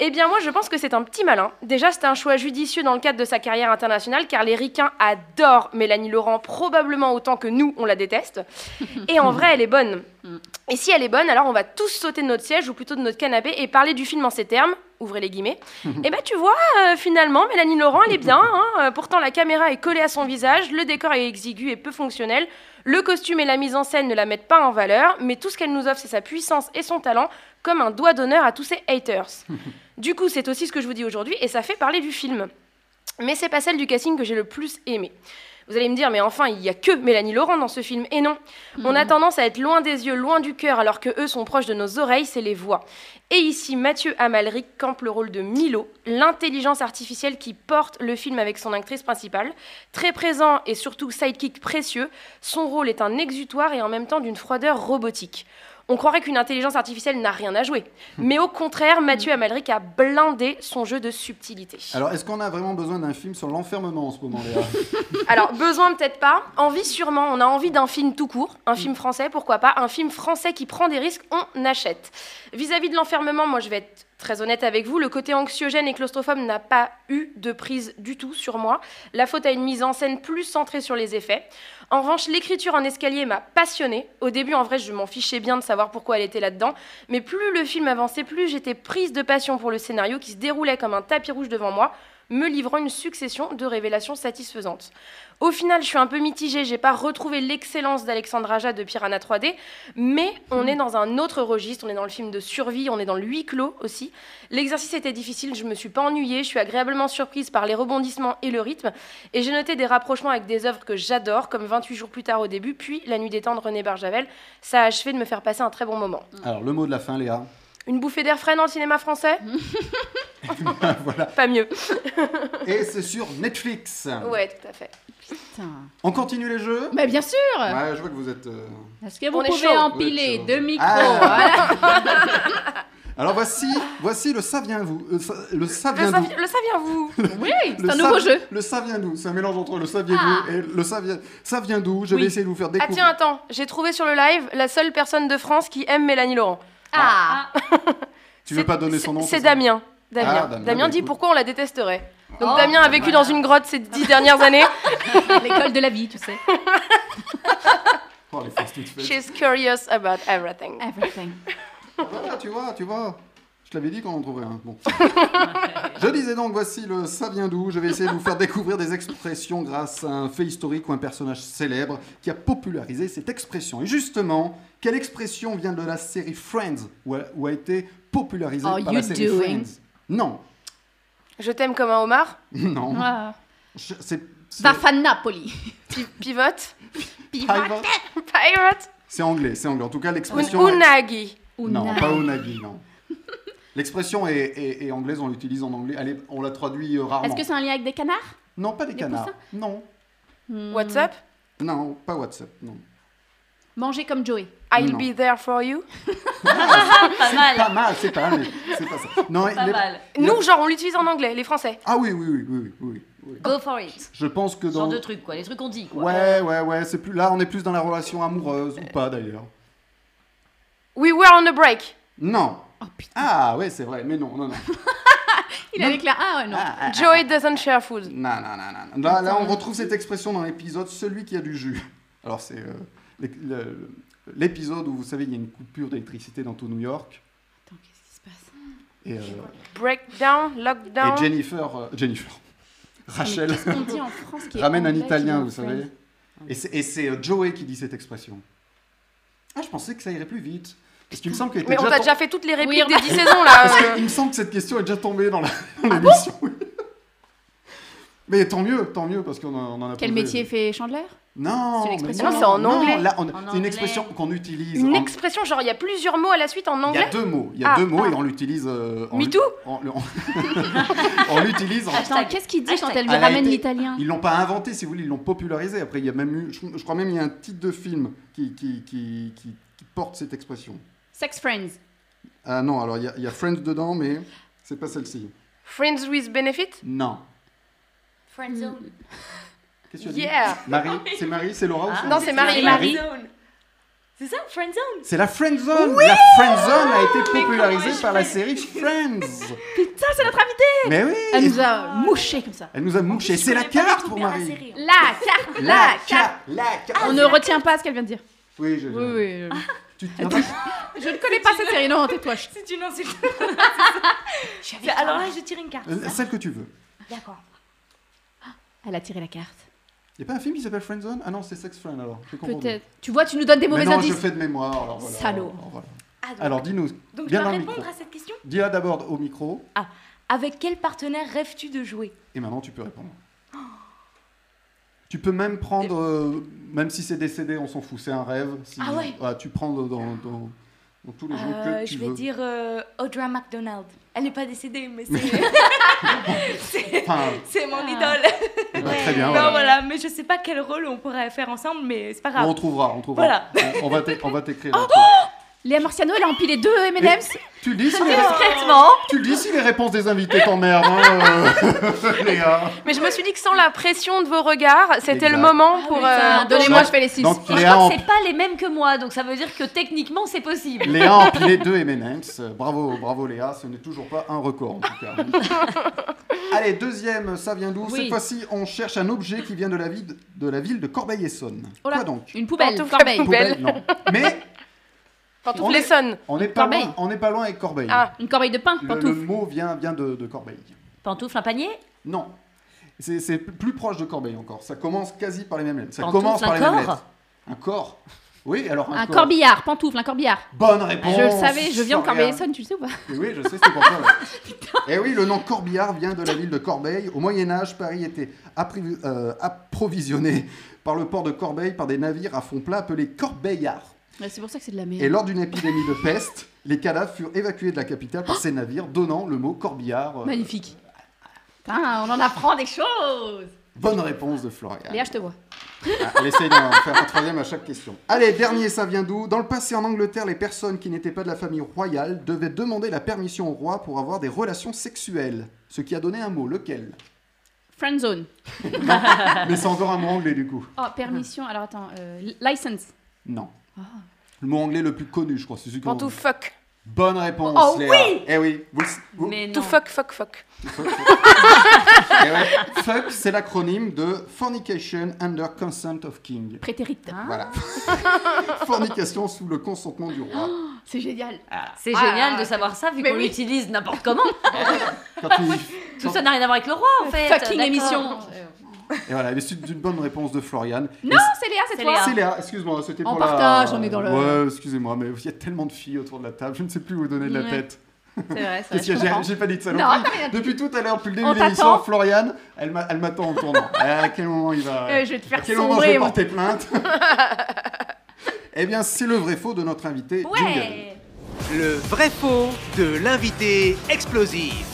S4: eh bien, moi, je pense que c'est un petit malin. Déjà, c'est un choix judicieux dans le cadre de sa carrière internationale, car les ricains adorent Mélanie Laurent, probablement autant que nous, on la déteste. Et en vrai, elle est bonne. Et si elle est bonne, alors on va tous sauter de notre siège, ou plutôt de notre canapé, et parler du film en ces termes. Ouvrez les guillemets. Eh ben, tu vois, euh, finalement, Mélanie Laurent, elle est bien. hein. Euh, Pourtant, la caméra est collée à son visage, le décor est exigu et peu fonctionnel. Le costume et la mise en scène ne la mettent pas en valeur, mais tout ce qu'elle nous offre, c'est sa puissance et son talent, comme un doigt d'honneur à tous ces haters. Du coup, c'est aussi ce que je vous dis aujourd'hui, et ça fait parler du film. Mais c'est pas celle du casting que j'ai le plus aimé. Vous allez me dire, mais enfin, il y a que Mélanie Laurent dans ce film. Et non, on a tendance à être loin des yeux, loin du cœur, alors que eux sont proches de nos oreilles, c'est les voix. Et ici, Mathieu Amalric campe le rôle de Milo, l'intelligence artificielle qui porte le film avec son actrice principale. Très présent et surtout sidekick précieux, son rôle est un exutoire et en même temps d'une froideur robotique. On croirait qu'une intelligence artificielle n'a rien à jouer. Mais au contraire, Mathieu Amalric a blindé son jeu de subtilité.
S2: Alors, est-ce qu'on a vraiment besoin d'un film sur l'enfermement en ce moment, Léa
S4: Mm. Alors, besoin peut-être pas, envie sûrement. On a envie d'un film tout court, un film français, pourquoi pas, un film français qui prend des risques, on achète. Vis-à-vis de l'enfermement, moi je vais être très honnête avec vous, le côté anxiogène et claustrophobe n'a pas eu de prise du tout sur moi. La faute à une mise en scène plus centrée sur les effets. En revanche, l'écriture en escalier m'a passionnée. Au début, en vrai, je m'en fichais bien de savoir pourquoi elle était là-dedans. Mais plus le film avançait, plus j'étais prise de passion pour le scénario qui se déroulait comme un tapis rouge devant moi, me livrant une succession de révélations satisfaisantes. Au final, je suis un peu mitigée, j'ai pas retrouvé l'excellence d'Alexandre Aja de Piranha 3D, mais on est dans un autre registre, on est dans le film de survie, on est dans le huis clos aussi. L'exercice était difficile, je me suis pas ennuyée, je suis agréablement surprise par les rebondissements et le rythme, et j'ai noté des rapprochements avec des œuvres que j'adore, comme 28 jours plus tard au début, puis La nuit des temps de René Barjavel. Ça a achevé de me faire passer un très bon moment.
S2: Alors, le mot de la fin, Léa.
S4: Une bouffée d'air frais dans le cinéma français
S2: voilà.
S4: Pas mieux.
S2: Et c'est sur Netflix.
S4: Ouais, tout à fait.
S5: Putain.
S2: On continue les jeux
S5: Mais bien sûr
S2: Ouais, je vois que vous êtes. euh,
S5: Est-ce que vous
S4: On est
S5: pouvez
S4: chaud.
S5: empiler
S2: Ouais,
S5: deux micros
S2: Ah.
S5: voilà.
S2: Alors voici, voici le ça vient vous. euh, ça- le ça
S4: Le
S2: vient
S4: ça
S2: d'où.
S4: vi- le ça vient vous
S5: Oui, c'est
S2: Le
S5: un
S2: ça-
S5: nouveau jeu. Ah.
S2: Le ça vient d'où. C'est un mélange entre le ça vient d'où et le ça vient. Ça vient d'où Je vais
S5: Oui.
S2: essayer de vous faire
S4: Ah
S2: découvrir.
S4: tiens, attends, j'ai trouvé sur le live la seule personne de France qui aime Mélanie Laurent.
S5: Ah,
S2: tu veux
S4: C'est-
S2: pas donner son nom
S4: C'est c'est
S2: ça, ça
S4: Damien. Damien,
S2: Ah, Damien,
S4: Damien,
S2: bah,
S4: dit
S2: écoute.
S4: pourquoi on la détesterait. Donc
S5: Oh,
S4: Damien a vécu dans une grotte ces dix dernières années
S2: Bah,
S5: l'école de la vie, tu sais.
S2: Oh, les faces toutes faites.
S4: She's curious about everything.
S5: Everything.
S2: Voilà, Ah, tu vois, tu vois. Je l'avais dit quand on trouverait un. Bon. je disais donc, voici le ça vient d'où. Je vais essayer de vous faire découvrir des expressions grâce à un fait historique ou un personnage célèbre qui a popularisé cette expression. Et justement, quelle expression vient de la série Friends ou a, ou a été popularisée
S5: Are
S2: par la
S5: Oh, you
S2: série
S5: doing?
S2: Friends Non,
S4: Je t'aime comme un homard.
S2: non.
S5: Ah. Bah,
S2: Je- C'est. c'est-
S5: Va fan Napoli.
S4: Pi- pivote.
S2: Private.
S4: Pirate.
S2: C'est anglais, c'est anglais. En tout cas,
S4: Un
S2: l'expression. est-
S4: unagi.
S2: Non,
S5: Una.
S2: pas unagi, non. L'expression est, est- est anglaise, on l'utilise en anglais. Allez, on la traduit euh, rarement.
S5: Est-ce que c'est un lien avec des canards
S2: Non, pas des
S5: Des
S2: canards.
S5: poussins
S2: Non.
S4: What's up
S2: Non, pas WhatsApp, non.
S5: Manger comme Joey.
S4: I'll
S2: Non.
S4: be there for you.
S6: Ah,
S10: Pas mal,
S2: Pas mal, c'est pas mal, mais c'est pas ça. Non, il
S10: pas
S2: est-
S10: mal.
S4: Nous, genre, on l'utilise en anglais, les Français.
S2: Ah oui, oui, oui, oui, oui, oui.
S10: Go for it.
S2: Je pense que
S10: Genre
S2: dans...
S10: de trucs, quoi. Les trucs qu'on dit, quoi.
S2: Ouais, ouais, ouais, c'est plus... Là, on est plus dans la relation amoureuse, ou pas, d'ailleurs.
S4: We were on a break.
S2: Non.
S5: Oh putain.
S2: Ah ouais, c'est vrai, mais non, non, non.
S5: Il avec la. Ah ouais, non.
S2: Ah, ah,
S4: Joey doesn't share food.
S2: Non, non, non, non. Là, là, on retrouve cette expression dans l'épisode celui qui a du jus. Alors, c'est euh, l'é- le- l'épisode où vous savez, il y a une coupure d'électricité dans tout New York.
S5: Attends, qu'est-ce qui se passe
S2: Et, euh,
S4: Breakdown,
S2: et
S4: lockdown.
S2: Jennifer, euh, Jennifer, Rachel,
S5: Qu'est-ce qu'on dit en France qui est
S2: ramène un
S5: anglais, qui
S2: Italien,
S5: est
S2: vous savez.
S5: français
S2: Et c'est- Et c'est euh, Joey qui dit cette expression. Ah, je pensais que ça irait plus vite. Parce qu'il me semble qu'elle était
S4: mais on
S2: déjà
S4: t'a
S2: tom-
S4: déjà fait toutes les répliques
S10: Oui, on
S4: des 10 saisons là.
S2: Parce
S4: euh.
S2: qu'il me semble que cette question est déjà tombée dans la- dans
S5: Ah
S2: l'émission. oui. Mais tant mieux, tant mieux, parce qu'on en on en a
S5: Quel
S2: posé-
S5: métier fait Chandler
S2: Non,
S5: C'est
S2: mais
S5: l'expression
S4: Non, c'est en anglais.
S2: là, on-
S10: En
S2: c'est une
S10: anglais.
S2: expression qu'on utilise.
S4: Une
S2: en-
S4: expression, genre il y a plusieurs mots à la suite en
S2: Il y a
S4: anglais.
S2: deux mots. Il y a
S4: Ah,
S2: deux mots
S4: ah.
S2: et on l'utilise. euh, en-
S4: Me too
S2: en- le- en- On l'utilise. en-
S5: Attends, qu'est-ce qu'il dit quand
S10: Hashtag.
S5: elle lui
S2: Elle a
S5: ramène
S2: été-
S5: l'italien
S2: Ils l'ont pas inventé, si vous voulez, ils l'ont popularisé. Après, il y a même eu, je, je crois même, il y a un titre de film qui qui, qui- qui- qui porte cette expression.
S5: Sex Friends.
S2: Ah non, alors il y, a- il y a Friends dedans, mais c'est pas celle-ci.
S4: Friends with benefit.
S2: Non.
S10: Friendzone.
S2: Qu'est-ce que tu as dit
S4: Yeah.
S2: Marie, c'est Marie, c'est Laura ou
S10: Ah.
S4: Non, c'est Marie.
S2: C'est Marie.
S10: C'est ça, Friendzone
S2: C'est la friend zone. la friend zone a été popularisée par la série Friends.
S5: Putain, c'est notre invitée
S2: Mais
S5: Elle
S2: oui,
S5: nous a mouché comme ça.
S2: elle nous a mouché. C'est la carte pour Marie.
S5: La carte
S2: La carte, la carte.
S10: Ah.
S5: On ne retient pas ce qu'elle vient de dire.
S2: Oui, je.
S5: Oui, oui.
S2: Tu te- Attends,
S5: Ah, Je je ne connais pas cette série, non, tais-toi. chut.
S10: C'est une insulte. Alors là, je tire une carte.
S2: euh, celle que tu veux.
S10: D'accord.
S5: Elle a tiré la carte.
S2: Y a pas un film qui s'appelle Friend Zone Ah non, c'est Sex Friend alors. J'ai confondu.
S5: Peut-être. Tu vois, tu nous donnes des
S2: Mais
S5: mauvais
S2: non, je
S5: indices.
S2: fais de mémoire. Alors, voilà,
S5: Salaud.
S2: Alors, voilà.
S10: Ah, donc,
S2: Alors, dis-nous.
S10: donc tu
S2: bien
S10: vas
S2: dans le
S10: répondre
S2: micro.
S10: à cette question
S2: Dis-la d'abord au micro
S10: Avec quel partenaire rêves-tu de jouer
S2: et maintenant tu peux répondre. Tu peux même prendre, euh, même si c'est décédé, on s'en fout, c'est un rêve. Si,
S10: Ah ouais.
S2: Tu prends dans, dans, dans- dans tous les jeux
S10: Euh,
S2: que tu
S10: Je vais
S2: veux.
S10: dire euh, Audra McDonald. Elle n'est pas décédée, mais c'est. c'est-
S2: Enfin,
S10: C'est mon
S5: Ah.
S10: idole.
S2: eh ben, très bien.
S10: Non,
S2: voilà.
S10: voilà, mais je sais pas quel rôle on pourrait faire ensemble, mais c'est pas grave.
S2: On trouvera, on trouvera.
S10: Voilà.
S2: On, on va t'é- on va t'écrire. un truc.
S5: Léa Marciano, elle a empilé deux M&M's.
S2: tu le dis si les,
S10: Discrètement.
S2: Oh. tu le dis si les réponses des invités t'emmerdent, hein, euh, Léa.
S4: Mais je me suis dit que sans la pression de vos regards, c'était
S2: Exact.
S4: le moment
S5: Ah
S4: pour. euh,
S10: putain,
S5: Donnez-moi,
S2: Donc-
S5: je fais les six.
S2: Donc
S10: Et je
S2: Léa,
S10: crois
S2: en,
S10: que c'est pas les mêmes que moi, donc ça veut dire que techniquement c'est possible.
S2: Léa a empilé deux M&M's. Euh, Bravo, bravo Léa. Ce n'est toujours pas un record en tout cas. Allez, deuxième, ça vient d'où
S5: Oui.
S2: Cette fois-ci, on cherche un objet qui vient de la ville de, de la ville de Corbeil-Essonne.
S5: Oh là.
S2: Quoi donc
S5: Une poubelle,
S4: Pantoufle à
S5: corbeille.
S4: poubelle.
S2: non. Mais
S4: Pantoufles les sonnes.
S2: on n'est pas
S5: Corbeille.
S2: loin. On n'est pas loin avec Corbeil.
S4: Ah,
S5: Une corbeille de pain,
S2: le, le
S5: pantoufle.
S2: mot vient vient de, de Corbeil.
S10: Pantoufle, un panier
S2: Non. C'est c'est plus proche de Corbeil encore. Ça commence quasi par les mêmes lettres. Ça
S10: Pantoufle,
S2: commence par
S10: un
S2: les mêmes
S10: corps
S2: lettres. Un corps Oui, alors un,
S5: Un
S2: corps.
S5: corbillard, pantoufle, un corbillard.
S2: Bonne réponse.
S5: je le savais, je viens
S2: Florian.
S5: de Corbeil-Essonne, tu le sais ou pas
S2: Et oui, je sais, c'est pour ça. Et oui, le nom Corbillard vient de la ville de Corbeil. Au Moyen Âge, Paris était appri- euh, approvisionné par le port de Corbeil par des navires à fond plat appelés corbeillards.
S5: Ouais, C'est pour ça que c'est de la
S2: Et
S5: merde.
S2: lors d'une épidémie de peste, les cadavres furent évacués de la capitale par ces navires, donnant le mot corbillard. Euh,
S5: Magnifique. Putain, on en apprend des choses.
S2: Bonne réponse de Florian.
S5: Léa, je te vois.
S2: Ah, elle essaye d'en faire un troisième à chaque question. Allez, dernier, ça vient d'où Dans le passé, en Angleterre, les personnes qui n'étaient pas de la famille royale devaient demander la permission au roi pour avoir des relations sexuelles. Ce qui a donné un mot, lequel
S5: Friendzone.
S2: Mais c'est encore un mot anglais, du coup.
S5: Oh, permission. Alors attends, euh, license.
S2: Non. Le mot anglais le plus connu, je crois. C'est celui qu'on-
S4: pantoufles fuck.
S2: Bonne réponse,
S5: Oh,
S2: Léa. oui Eh oui. Vous, le- vous-
S10: Mais
S4: Tout
S10: non.
S4: fuck, fuck, fuck.
S2: eh ouais. Fuck, c'est l'acronyme de Fornication Under Consent of King.
S5: Prétérite.
S2: Voilà. Fornication sous le consentement du roi.
S5: C'est génial.
S10: C'est
S5: Ah.
S10: génial de savoir ça vu
S5: Mais
S10: qu'on
S5: oui.
S10: l'utilise n'importe comment.
S2: Quand il-
S10: Tout ça n'a rien à voir avec le roi en fait.
S5: Fucking
S10: D'accord.
S5: émission.
S2: Et voilà, mais c'est une bonne réponse de Florian.
S5: Non, c'est Léa, c'est
S10: C'est
S5: toi.
S10: Léa.
S2: C'est Léa, excuse-moi, c'était
S5: On
S2: pour
S5: partage,
S2: la...
S5: on est dans le-
S2: Ouais, excusez-moi, mais il y a tellement de filles autour de la table, je ne sais plus où donner de la
S5: Ouais.
S2: tête.
S5: C'est vrai, c'est
S2: Parce que j'ai- j'ai pas dit de
S5: Non,
S2: saloperie.
S5: t'as rien dit.
S2: Depuis tout à l'heure, depuis le
S5: On
S2: début de l'émission,
S5: t'attend.
S2: Florian, elle m'a- elle m'attend au tournant. à quel moment il va...
S5: Euh, je vais te
S2: À
S5: faire
S2: quel moment je vais
S5: sombrer. moi.
S2: porter plainte Eh bien, c'est le vrai faux de notre invité. Jingle.
S10: Ouais.
S1: Le vrai faux de l'invité explosif.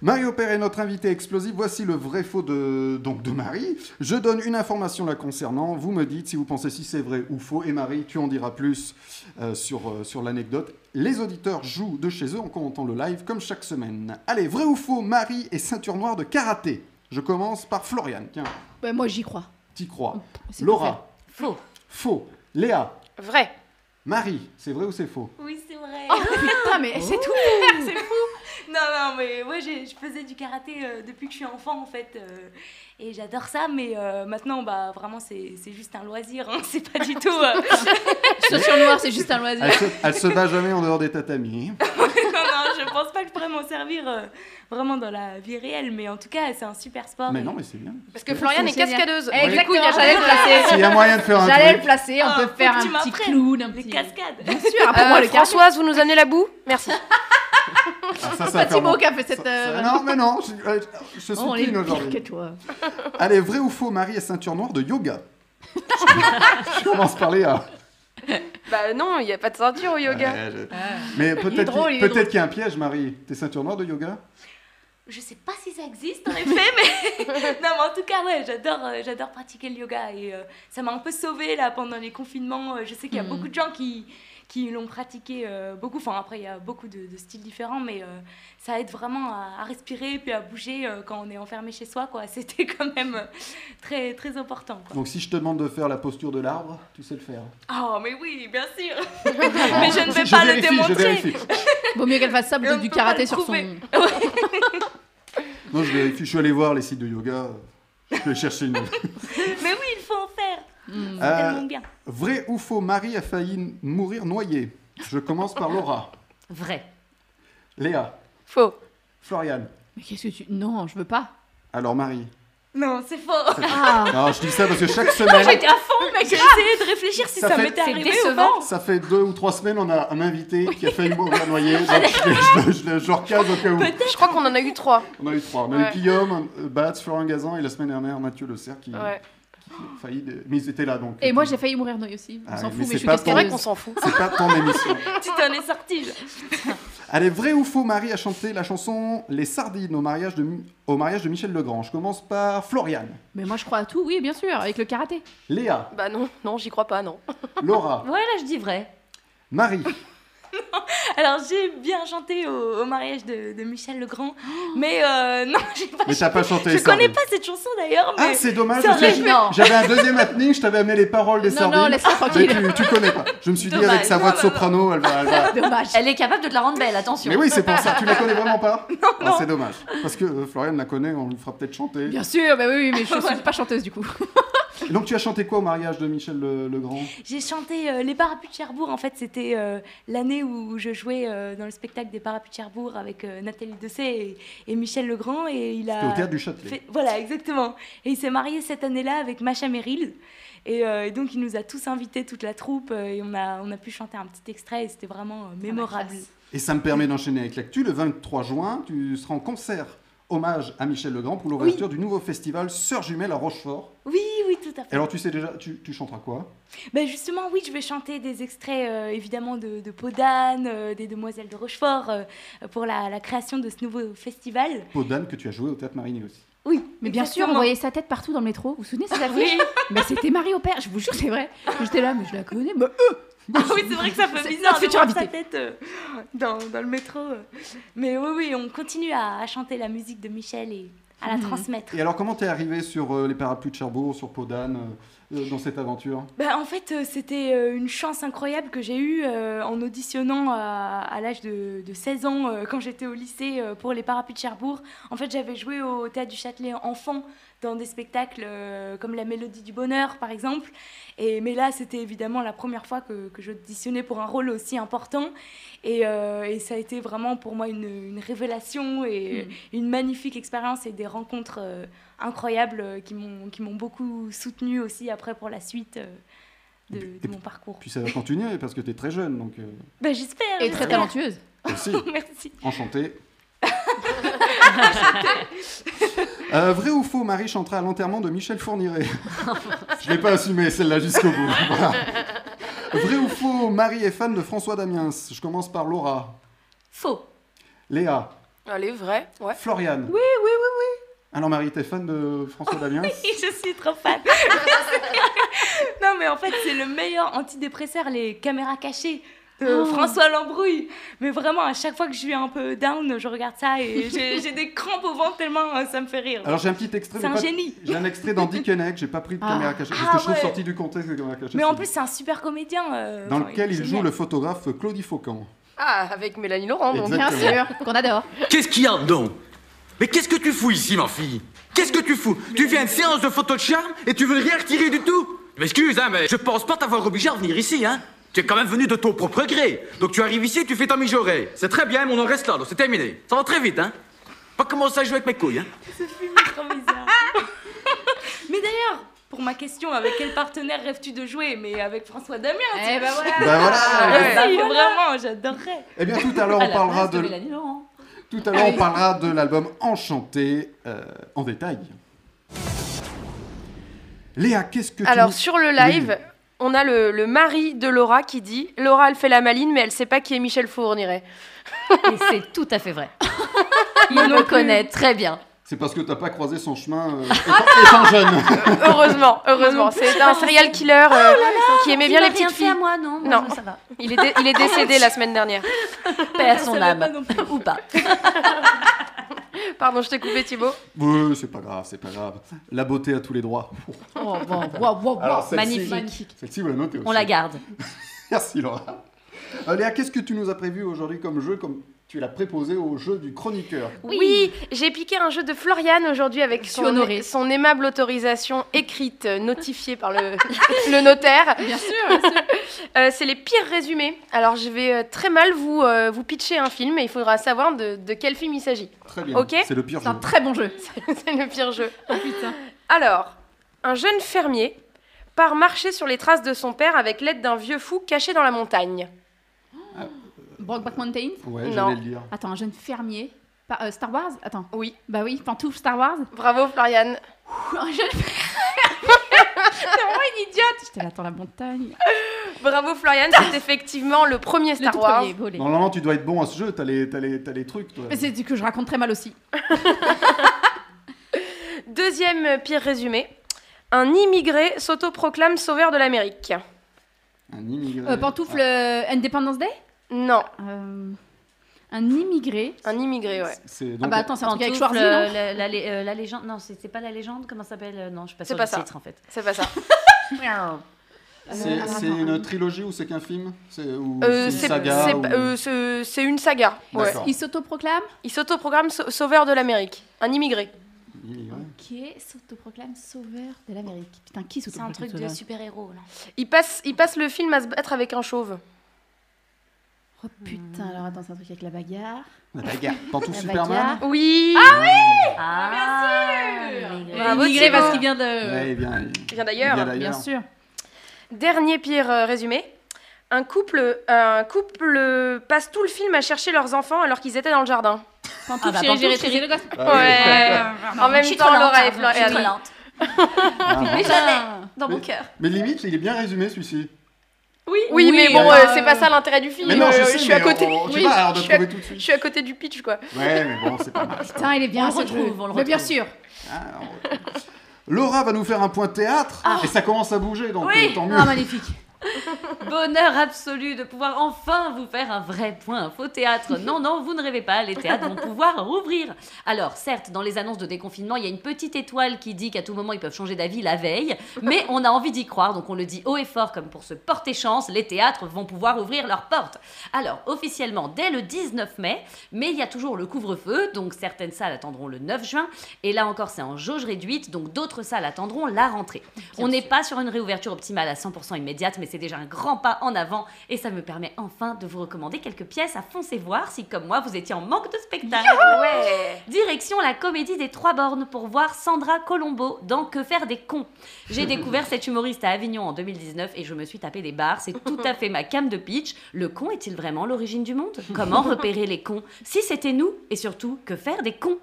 S2: Mario Père est notre invité explosif. Voici le vrai faux de, donc, de Marie. Je donne une information la concernant. Vous me dites si vous pensez si c'est vrai ou faux. Et Marie, tu en diras plus euh, sur, euh, sur l'anecdote. Les auditeurs jouent de chez eux en commentant le live comme chaque semaine. Allez, vrai ou faux, Marie est ceinture noire de karaté. Je commence par Florian. Tiens,
S5: Bah, moi, j'y crois.
S2: t'y crois.
S5: C'est
S2: Laura.
S10: Faux.
S2: Faux. Léa.
S4: Vrai.
S2: Marie, c'est vrai ou c'est faux
S10: Oui, c'est vrai.
S4: Oh,
S5: Putain, mais c'est tout faire, c'est fou.
S10: Non, non, mais ouais, j'ai- je faisais du karaté euh, depuis que je suis enfant, en fait. euh, et j'adore ça, mais euh, maintenant, bah, vraiment, c'est c'est juste un loisir. hein, c'est pas du tout. euh,
S5: Chaussures noires, c'est juste un loisir.
S2: Elle se, elle se bat jamais en dehors des tatamis.
S10: non, non, je pense pas que je pourrais m'en servir euh, vraiment dans la vie réelle, mais en tout cas, c'est un super sport.
S2: Mais
S10: et-
S2: non, mais c'est bien.
S4: Parce que Florian est
S5: Génial.
S4: cascadeuse.
S5: Eh,
S4: Du coup, il y
S5: Exactement,
S4: a
S5: j'allais le
S4: Chanel-
S2: S'il y
S5: placer.
S2: a moyen de faire un
S5: J'allais le
S2: truc.
S5: placer, on
S10: Ah,
S5: peut
S10: faut
S5: faire
S10: que
S5: un
S10: tu
S5: petit
S10: m'apprennes.
S5: clown, un
S10: Les
S5: petit...
S10: cascades.
S5: Bien sûr, après
S4: Euh,
S5: Ah, moi, le casque.
S4: Françoise, vous nous amenez la boue Merci.
S2: Ah, ça, ça
S5: Pas
S2: va faire
S5: Thibaut
S2: mon-
S5: qui a fait
S2: ça-
S5: cette...
S2: ça-
S5: euh,
S2: Non, mais non, je, euh, je suis
S5: On est
S2: clean
S5: pire que
S2: aujourd'hui.
S5: toi.
S2: Allez, vrai ou faux, Marie est ceinture noire de yoga. je commence par Léa.
S4: Bah non, il n'y a pas de ceinture au yoga.
S2: Ouais, je- Mais peut-être qu'il
S5: drôle, Ah. il est
S2: peut-être
S5: drôle.
S2: qu'il y a un piège, Marie. T'es ceinture noire de yoga
S10: Je sais pas si ça existe en effet, mais non, mais en tout cas, ouais, j'adore, euh, j'adore pratiquer le yoga et euh, ça m'a un peu sauvée là pendant les confinements. Euh, Je sais qu'il y a
S5: Mhm.
S10: beaucoup de gens qui qui l'ont pratiqué euh, beaucoup. Enfin, après, il y a beaucoup de, de styles différents, mais euh, ça aide vraiment à, à respirer puis à bouger euh, quand on est enfermé chez soi, quoi. C'était quand même euh, très très important. Quoi.
S2: Donc si je te demande de faire la posture de l'arbre, tu sais le faire.
S10: Oh, mais oui, bien sûr. mais je ne vais
S2: Je
S10: pas le
S2: vérifie, je
S10: démontrer.
S2: vérifie.
S5: Vaut mieux qu'elle fasse ça plutôt
S10: Et
S5: que
S10: on
S5: du
S10: peut pas
S5: karaté
S10: le
S5: sur son...
S10: prouver.
S2: Non, je vérifie. Je suis allé voir les sites de yoga. Je vais chercher une autre.
S10: Mais oui, il faut en faire.
S5: Hmm.
S10: C'est
S2: Euh,
S10: Tellement bien.
S2: vrai ou faux, Marie a failli mourir noyée. Je commence par Laura.
S3: Vrai.
S2: Léa.
S4: Faux.
S2: Florian.
S5: Mais qu'est-ce que tu... Non, je veux pas.
S2: Alors Marie.
S10: Non, c'est faux.
S5: Ah
S2: Alors je dis ça parce que chaque semaine,
S10: J'étais à fond, mais j'ai essayé de réfléchir si
S2: Ça
S10: ça,
S2: fait-
S10: m'était
S3: C'est
S10: arrivé ou
S3: décevant.
S10: pas.
S2: ça fait deux ou trois semaines, on a un invité qui a failli mourir noyé. Donc je, le- je le- je le recase au cas où.
S4: Je crois qu'on en a eu trois.
S2: On a eu trois. On a
S4: Ouais.
S2: eu Guillaume, euh, Batz, Florent Gazan et la semaine dernière Mathieu Le Serre qui
S4: Ouais.
S2: a failli. de- Mais ils étaient là donc.
S5: Et moi, j'ai failli mourir noyée aussi. On
S2: Ah
S5: s'en
S2: oui, mais
S5: fout, mais,
S2: c'est
S5: je suis
S2: pas pour-
S4: C'est vrai
S5: cascadeuse.
S4: qu'on s'en fout.
S2: C'est pas ton émission.
S10: Tu t'en es sorti. je-
S2: Allez, vrai ou faux, Marie a chanté la chanson Les Sardines au mariage de, Mi- au mariage de Michel Legrand. Je commence par Floriane,
S5: Mais moi, je crois à tout, oui, bien sûr, avec le karaté.
S2: Léa,
S4: Bah non, non, j'y crois pas, non.
S2: Laura,
S3: Ouais, là, je dis vrai.
S2: Marie.
S10: Alors j'ai bien chanté au, au mariage de, de Michel Legrand, mais euh, non, j'ai pas.
S2: Mais t'as pas chanté
S10: je
S2: les
S10: connais
S2: Sardines.
S10: pas cette chanson d'ailleurs,
S2: Ah,
S10: mais
S2: c'est dommage.
S10: Ça
S2: parce que
S10: aurait-
S2: j'-
S5: Non,
S2: J'avais un deuxième happening, je t'avais amené les paroles des
S5: non,
S2: Sardines.
S5: non, laisse-la
S2: mais
S5: tranquille.
S2: Ah, tu, tu connais pas. Je me suis dit
S3: Dommage.
S2: avec sa voix de
S10: Non, non, non.
S2: soprano, elle va. elle va-
S5: Dommage.
S3: Elle est capable de te la rendre belle, attention.
S2: Mais oui, c'est pour ça. Tu la connais vraiment pas Ah,
S10: non.
S2: C'est dommage. Parce que euh, Floriane la connaît, on lui fera peut-être chanter.
S5: Bien sûr, mais oui, mais je suis pas chanteuse du coup.
S2: Et donc tu as chanté quoi au mariage de Michel Le- Legrand
S10: j'ai chanté euh, les Parapluies de Cherbourg. En fait, c'était euh, l'année où je jouais euh, dans le spectacle des Parapluies de Cherbourg avec euh, Nathalie Dessay et, et Michel Legrand, et il
S2: C'était au
S10: a.
S2: théâtre du Châtelet.
S10: fait- Voilà, exactement. Et il s'est marié cette année-là avec Macha Merrill. Et, euh, et donc, il nous a tous invités, toute la troupe, euh, et on a, on a pu chanter un petit extrait, et c'était vraiment euh, mémorable.
S5: classe.
S2: Et ça me permet d'enchaîner avec l'actu. Le 23 juin, tu seras en concert. Hommage à Michel Legrand pour l'ouverture du nouveau festival Sœurs Jumelles à Rochefort.
S10: Oui, oui, tout à fait.
S2: Et alors, tu sais déjà, tu, tu chanteras quoi
S10: Ben justement, oui, je vais chanter des extraits euh, évidemment de, de Peau d'âne, euh, des Demoiselles de Rochefort euh, pour la, la création de ce nouveau festival.
S2: Podane que tu as joué au Théâtre Marigny aussi.
S10: Oui,
S5: Mais bien sûr, on
S10: exactement.
S5: voyait sa tête partout dans le métro. Vous vous souvenez de cette affiche Mais c'était Marie au père, je vous jure, c'est vrai. J'étais là, mais je la connais. mais eux
S10: Ah oui, c'est vrai que ça fait
S5: C'est
S10: bizarre
S5: notre
S10: de
S5: futur
S10: voir sa
S5: invité.
S10: tête euh, dans, dans le métro. euh. Mais oui, oui, on continue à, à chanter la musique de Michel et à la
S5: Mhm.
S10: transmettre.
S2: Et alors, comment t'es arrivé sur euh, les parapluies de Cherbourg, sur Podane, euh, euh, dans cette aventure
S10: Bah, en fait, euh, c'était euh, une chance incroyable que j'ai eue euh, en auditionnant à, à l'âge de, de 16 ans, euh, quand j'étais au lycée, euh, pour les Parapluies de Cherbourg. En fait, j'avais joué au Théâtre du Châtelet enfant dans des spectacles euh, comme La Mélodie du Bonheur, par exemple. Et, mais là, c'était évidemment la première fois que, que j'auditionnais pour un rôle aussi important. Et, euh, et ça a été vraiment pour moi une, une révélation et
S5: Hmm.
S10: une magnifique expérience et des rencontres euh, incroyables euh, qui m'ont qui m'ont beaucoup soutenue aussi après pour la suite euh, de,
S2: Et puis-
S10: de
S2: et
S10: mon parcours.
S2: Puis ça va continuer parce que t'es très jeune, donc euh,
S10: Bah, j'espère.
S5: Et très
S10: j'espère.
S5: talentueuse.
S2: aussi,
S10: Merci.
S2: enchanté. Euh, vrai ou faux, Marie chantera à l'enterrement de Michel Fourniret. Je l'ai pas assumé celle-là jusqu'au bout. Voilà. Vrai ou faux, Marie est fan de François Damiens. Je commence par Laura,
S3: Faux.
S2: Léa,
S4: Allez, vrai, ouais.
S2: Floriane. Oui, oui, oui, oui. Alors Marie, t'es fan de François Damiens
S10: Je suis trop fan. non mais en fait c'est le meilleur antidépresseur, les caméras cachées. de
S5: Oh.
S10: François Lambrouille. Mais vraiment, à chaque fois que je suis un peu down, je regarde ça et j'ai j'ai des crampes au ventre tellement euh, ça me fait rire.
S2: Alors j'ai un petit extrait.
S10: C'est
S2: mais
S10: un
S2: pas-
S10: génie.
S2: J'ai un extrait dans Dick and Egg, j'ai pas pris de
S5: Ah.
S2: caméra cachée. Parce
S10: Ah,
S2: que je trouve
S10: ouais.
S2: sorti du contexte de caméra cachée.
S10: Mais en
S2: c'est
S10: plus, c'est un super comédien. euh,
S2: Dans
S10: enfin,
S2: lequel
S10: est
S2: il joue
S10: génial.
S2: le photographe Claudie Faucan.
S4: Ah, avec Mélanie Laurent, donc.
S5: Bien
S2: Exactement.
S5: sûr, qu'on adore.
S11: Qu'est-ce qu'il y a donc Mais qu'est-ce que tu fous ici, ma fille Qu'est-ce que tu fous Tu fais une séance de photo de charme et tu veux rien retirer du tout Je M'excuse, hein, mais je pense pas t'avoir obligé à venir ici, hein tu es quand même venu de ton propre gré. Donc tu arrives ici et tu fais ta mijaurée. C'est très bien, mais on en reste là, donc c'est terminé. Ça va très vite, hein Pas commencer à jouer avec mes couilles, hein
S10: Trop bizarre. Mais d'ailleurs, pour ma question, avec quel partenaire rêves-tu de jouer Mais avec François Damien.
S6: Ah,
S10: tu-
S5: Eh ben voilà.
S2: Bah voilà.
S10: Ah, ça,
S4: Ouais.
S10: Vraiment, j'adorerais.
S2: Eh bien, tout à l'heure,
S5: À
S2: on
S10: Ah,
S5: la
S2: parlera
S5: place de
S2: de,
S5: Mélanie Laurent.
S2: tout à l'heure, on parlera de l'album Enchanté euh, en détail. Léa, qu'est-ce que tu
S4: Alors
S2: nous-
S4: sur le live, on a le, le mari de Laura qui dit Laura, elle fait la maline, mais elle sait pas qui est Michel Fourniret.
S6: Et c'est tout à fait vrai. Il me connaît très bien.
S2: C'est parce que t'as pas croisé son chemin euh,
S5: Ah.
S2: étant, étant jeune.
S4: heureusement, heureusement. C'est un serial killer euh, qui aimait bien
S6: Il
S4: les
S6: m'a rien
S4: petites
S6: fait à
S4: filles.
S6: moi, non Moi,
S4: Non.
S6: je- Ça va.
S4: Il est, dé- il est décédé la semaine dernière.
S6: Père son
S10: Ça va
S4: bah.
S6: âme.
S10: pas non plus.
S6: Ou pas.
S4: Pardon, je t'ai coupé Thibaut.
S2: Oui, c'est pas grave, c'est pas grave. La beauté a tous les droits.
S5: Oh, wow, wow, wow,
S2: Alors,
S5: wow.
S2: celle-ci-
S5: magnifique. magnifique.
S2: Celle-ci, vous la notez aussi.
S6: On la garde.
S2: Merci Laura. Euh, Léa, qu'est-ce que tu nous as prévu aujourd'hui comme jeu, comme tu l'as préposé au jeu du chroniqueur
S4: Oui, j'ai piqué un jeu de Floriane aujourd'hui avec
S5: suis
S4: son,
S5: honorée.
S4: son aimable autorisation écrite, euh, notifiée par le, le notaire.
S5: Bien sûr, bien sûr.
S4: Euh, c'est les pires résumés. Alors je vais euh, très mal vous, euh, vous pitcher un film et il faudra savoir de, de quel film il s'agit.
S2: Très bien.
S4: Ok.
S2: C'est le pire
S5: C'est
S2: jeu.
S5: un très bon jeu.
S4: c'est le pire jeu.
S5: Oh, putain.
S4: Alors, un jeune fermier part marcher sur les traces de son père avec l'aide d'un vieux fou caché dans la montagne.
S5: Brokeback Mountain.
S2: Ouais,
S4: Non.
S2: j'allais le dire.
S5: Attends, un jeune fermier. Pas- euh, Star Wars Attends.
S4: Oui.
S5: Bah oui, pantoufle Star Wars.
S4: Bravo Floriane.
S5: Un jeune fermier. T'es vraiment une idiote. J'étais là dans la montagne.
S4: Bravo Floriane, c'est effectivement le premier
S5: Le
S4: Star
S5: tout
S4: Wars.
S5: premier volet.
S2: Normalement, tu dois être bon à ce jeu, t'as les, t'as les, t'as les trucs, toi.
S5: Mais c'est du que je raconte très mal aussi.
S4: Deuxième euh, pire résumé. Un immigré s'autoproclame sauveur de l'Amérique.
S2: Un immigré. Ah,
S5: Euh, pantoufle euh, Independence Day
S4: Non,
S5: Euh, Un immigré.
S4: un immigré, ouais.
S2: Ah, C'est donc
S5: Ah bah attends, c'est un truc avec
S6: Pantoufle,
S5: Schwarzy, non
S6: euh, la, la- la- euh, la légende. Non, c'est c'est pas la légende, comment ça s'appelle Euh, Non, je suis pas
S4: C'est
S6: sûre
S4: pas
S6: du
S4: ça.
S6: titre en fait.
S4: C'est pas ça.
S2: C'est
S5: Euh,
S2: c'est
S5: attends,
S2: une
S5: attends.
S2: trilogie ou c'est qu'un film C'est ou
S4: Euh,
S2: c'est une
S4: c'est
S2: saga
S4: c'est-
S2: ou-
S4: euh, c'est- c'est une saga. Ouais.
S2: D'accord.
S5: Il s'autoproclame
S4: Il s'autoproclame sau- sauveur de l'amérique. Un immigré.
S2: Immigré.
S5: Ok, s'autoproclame sauveur de l'Amérique. Putain, qui
S10: C'est un
S5: s'autoproclame
S10: truc de
S5: sauveur
S10: super-héros. là.
S4: Il passe, il passe le film à se battre avec un chauve.
S5: Oh putain, alors attends, c'est un truc avec la bagarre.
S2: La bagarre. Pantoufle
S5: La
S2: Superman Ah
S5: bagarre.
S4: Oui
S6: Ah,
S5: Euh,
S6: l'immigré.
S4: Bravo,
S5: immigré
S4: Thibaut.
S5: parce
S6: Ah,
S5: qu'il
S2: Ouais,
S5: vient de.
S2: il vient, il-
S4: Il vient
S2: Eh il vient
S4: d'ailleurs.
S5: Bien
S2: d'ailleurs.
S5: sûr.
S4: Dernier pire euh, résumé. Un couple, un couple euh, passe tout le film à chercher leurs enfants alors qu'ils étaient dans le jardin.
S5: Pantoufle,
S6: Ah bah,
S5: chérie,
S6: pantoufle,
S5: chérie, chérie, le gosse.
S2: Ah,
S5: Euh,
S4: en même temps, Laura et Florian.
S2: Ah, bon.
S5: Putain.
S4: Dans
S2: mon
S4: cœur.
S2: Mais limite, il est bien résumé celui-ci.
S4: Oui, oui, mais
S5: Oui,
S4: bon,
S5: euh,
S4: euh, c'est pas ça l'intérêt du film.
S2: Mais non, je
S4: Euh,
S2: sais,
S4: suis à
S2: mais
S4: côté.
S2: on- tu
S4: Oui,
S2: vas avoir
S4: je
S2: de
S4: suis à-
S2: trouver tout de
S4: je
S2: suite.
S4: suis à côté du pitch, quoi.
S2: Ouais, mais bon, c'est pas mal.
S5: Putain, il est bien
S6: On le
S5: ce
S6: retrouve,
S5: jeu.
S6: on le
S5: Mais bien
S6: retrouve.
S5: sûr.
S2: Ah, on- Laura va nous faire un point théâtre et ça commence à bouger, donc
S6: Oui.
S2: euh, tant mieux.
S5: Ah, magnifique.
S6: Bonheur absolu de pouvoir enfin vous faire un vrai point faux théâtre. Non, non, vous ne rêvez pas, les théâtres vont pouvoir rouvrir. Alors, certes, dans les annonces de déconfinement, il y a une petite étoile qui dit qu'à tout moment, ils peuvent changer d'avis la veille, mais on a envie d'y croire, donc on le dit haut et fort, comme pour se porter chance, les théâtres vont pouvoir ouvrir leurs portes. Alors, officiellement, dès le 19 mai, mais il y a toujours le couvre-feu, donc certaines salles attendront le 9 juin, et là encore, c'est en jauge réduite, donc d'autres salles attendront la rentrée. On n'est pas sur une réouverture optimale à 100% immédiate, mais c'est déjà un grand pas en avant et ça me permet enfin de vous recommander quelques pièces à foncer voir si, comme moi, vous étiez en manque de spectacle.
S4: Ouais.
S6: Direction la comédie des trois bornes pour voir Sandra Colombo dans Que faire des cons. J'ai découvert cette humoriste à Avignon en 2019 et je me suis tapé des barres. C'est tout à fait ma cam de pitch. Le con est-il vraiment l'origine du monde Comment repérer les cons Si c'était nous Et surtout, que faire des cons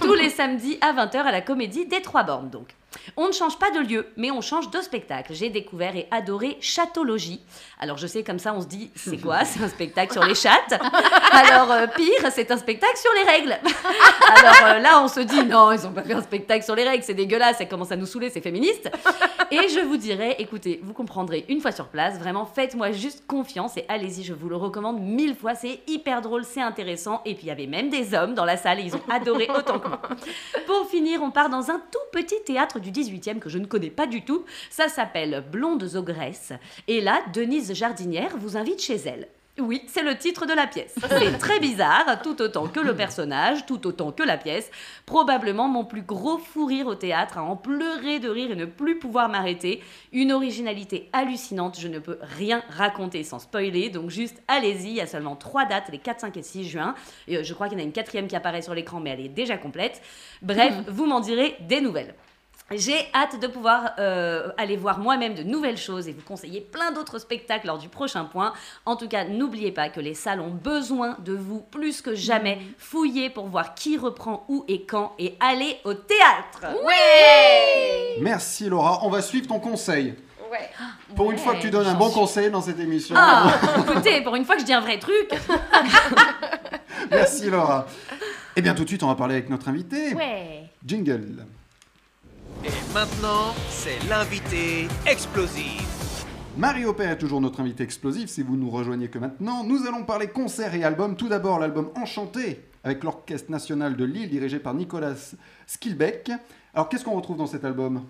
S6: Tous les samedis à 20h à la comédie des trois bornes donc. On ne change pas de lieu, mais on change de spectacle. J'ai découvert et adoré Chatologie. Alors je sais, comme ça, on se dit, c'est quoi C'est un spectacle sur les chattes Alors euh, pire, c'est un spectacle sur les règles. Alors euh, là, on se dit, non, ils ont pas fait un spectacle sur les règles, c'est dégueulasse, ça commence à nous saouler, c'est féministe. Et je vous dirais, écoutez, vous comprendrez une fois sur place, vraiment, faites-moi juste confiance et allez-y, je vous le recommande mille fois, c'est hyper drôle, c'est intéressant. Et puis il y avait même des hommes dans la salle et ils ont adoré autant que moi. Pour finir, on part dans un tout petit théâtre du 18e que je ne connais pas du tout. Ça s'appelle Blondes aux Graisses. Et là, Denise Jardinière vous invite chez elle. Oui, c'est le titre de la pièce. C'est très bizarre, tout autant que le personnage, tout autant que la pièce. Probablement mon plus gros fou rire au théâtre, à en pleurer de rire et ne plus pouvoir m'arrêter. Une originalité hallucinante, je ne peux rien raconter sans spoiler, donc juste allez-y, il y a seulement trois dates, les 4, 5 et 6 juin. Et, euh, je crois qu'il y en a une quatrième qui apparaît sur l'écran, mais elle est déjà complète. Bref, vous m'en direz des nouvelles. J'ai hâte de pouvoir euh, aller voir moi-même de nouvelles choses et vous conseiller plein d'autres spectacles lors du prochain point. En tout cas, n'oubliez pas que les salles ont besoin de vous plus que jamais. Fouillez pour voir qui reprend où et quand et allez au théâtre.
S2: Ouais Merci Laura, on va suivre ton conseil.
S4: Ouais.
S2: Pour une fois que tu donnes un bon conseil dans cette émission.
S6: Ah, écoutez, pour une fois que je dis un vrai truc.
S2: Merci Laura. Eh bien tout de suite, on va parler avec notre invité.
S6: Ouais.
S2: Jingle.
S1: Et maintenant, c'est l'invité explosif.
S2: Marie Aubert est toujours notre invité explosif. Si vous nous rejoignez que maintenant, nous allons parler concerts et albums. Tout d'abord, l'album Enchanté avec l'Orchestre national de Lille dirigé par Nicolas Skilbeck. Alors, qu'est-ce qu'on retrouve dans cet album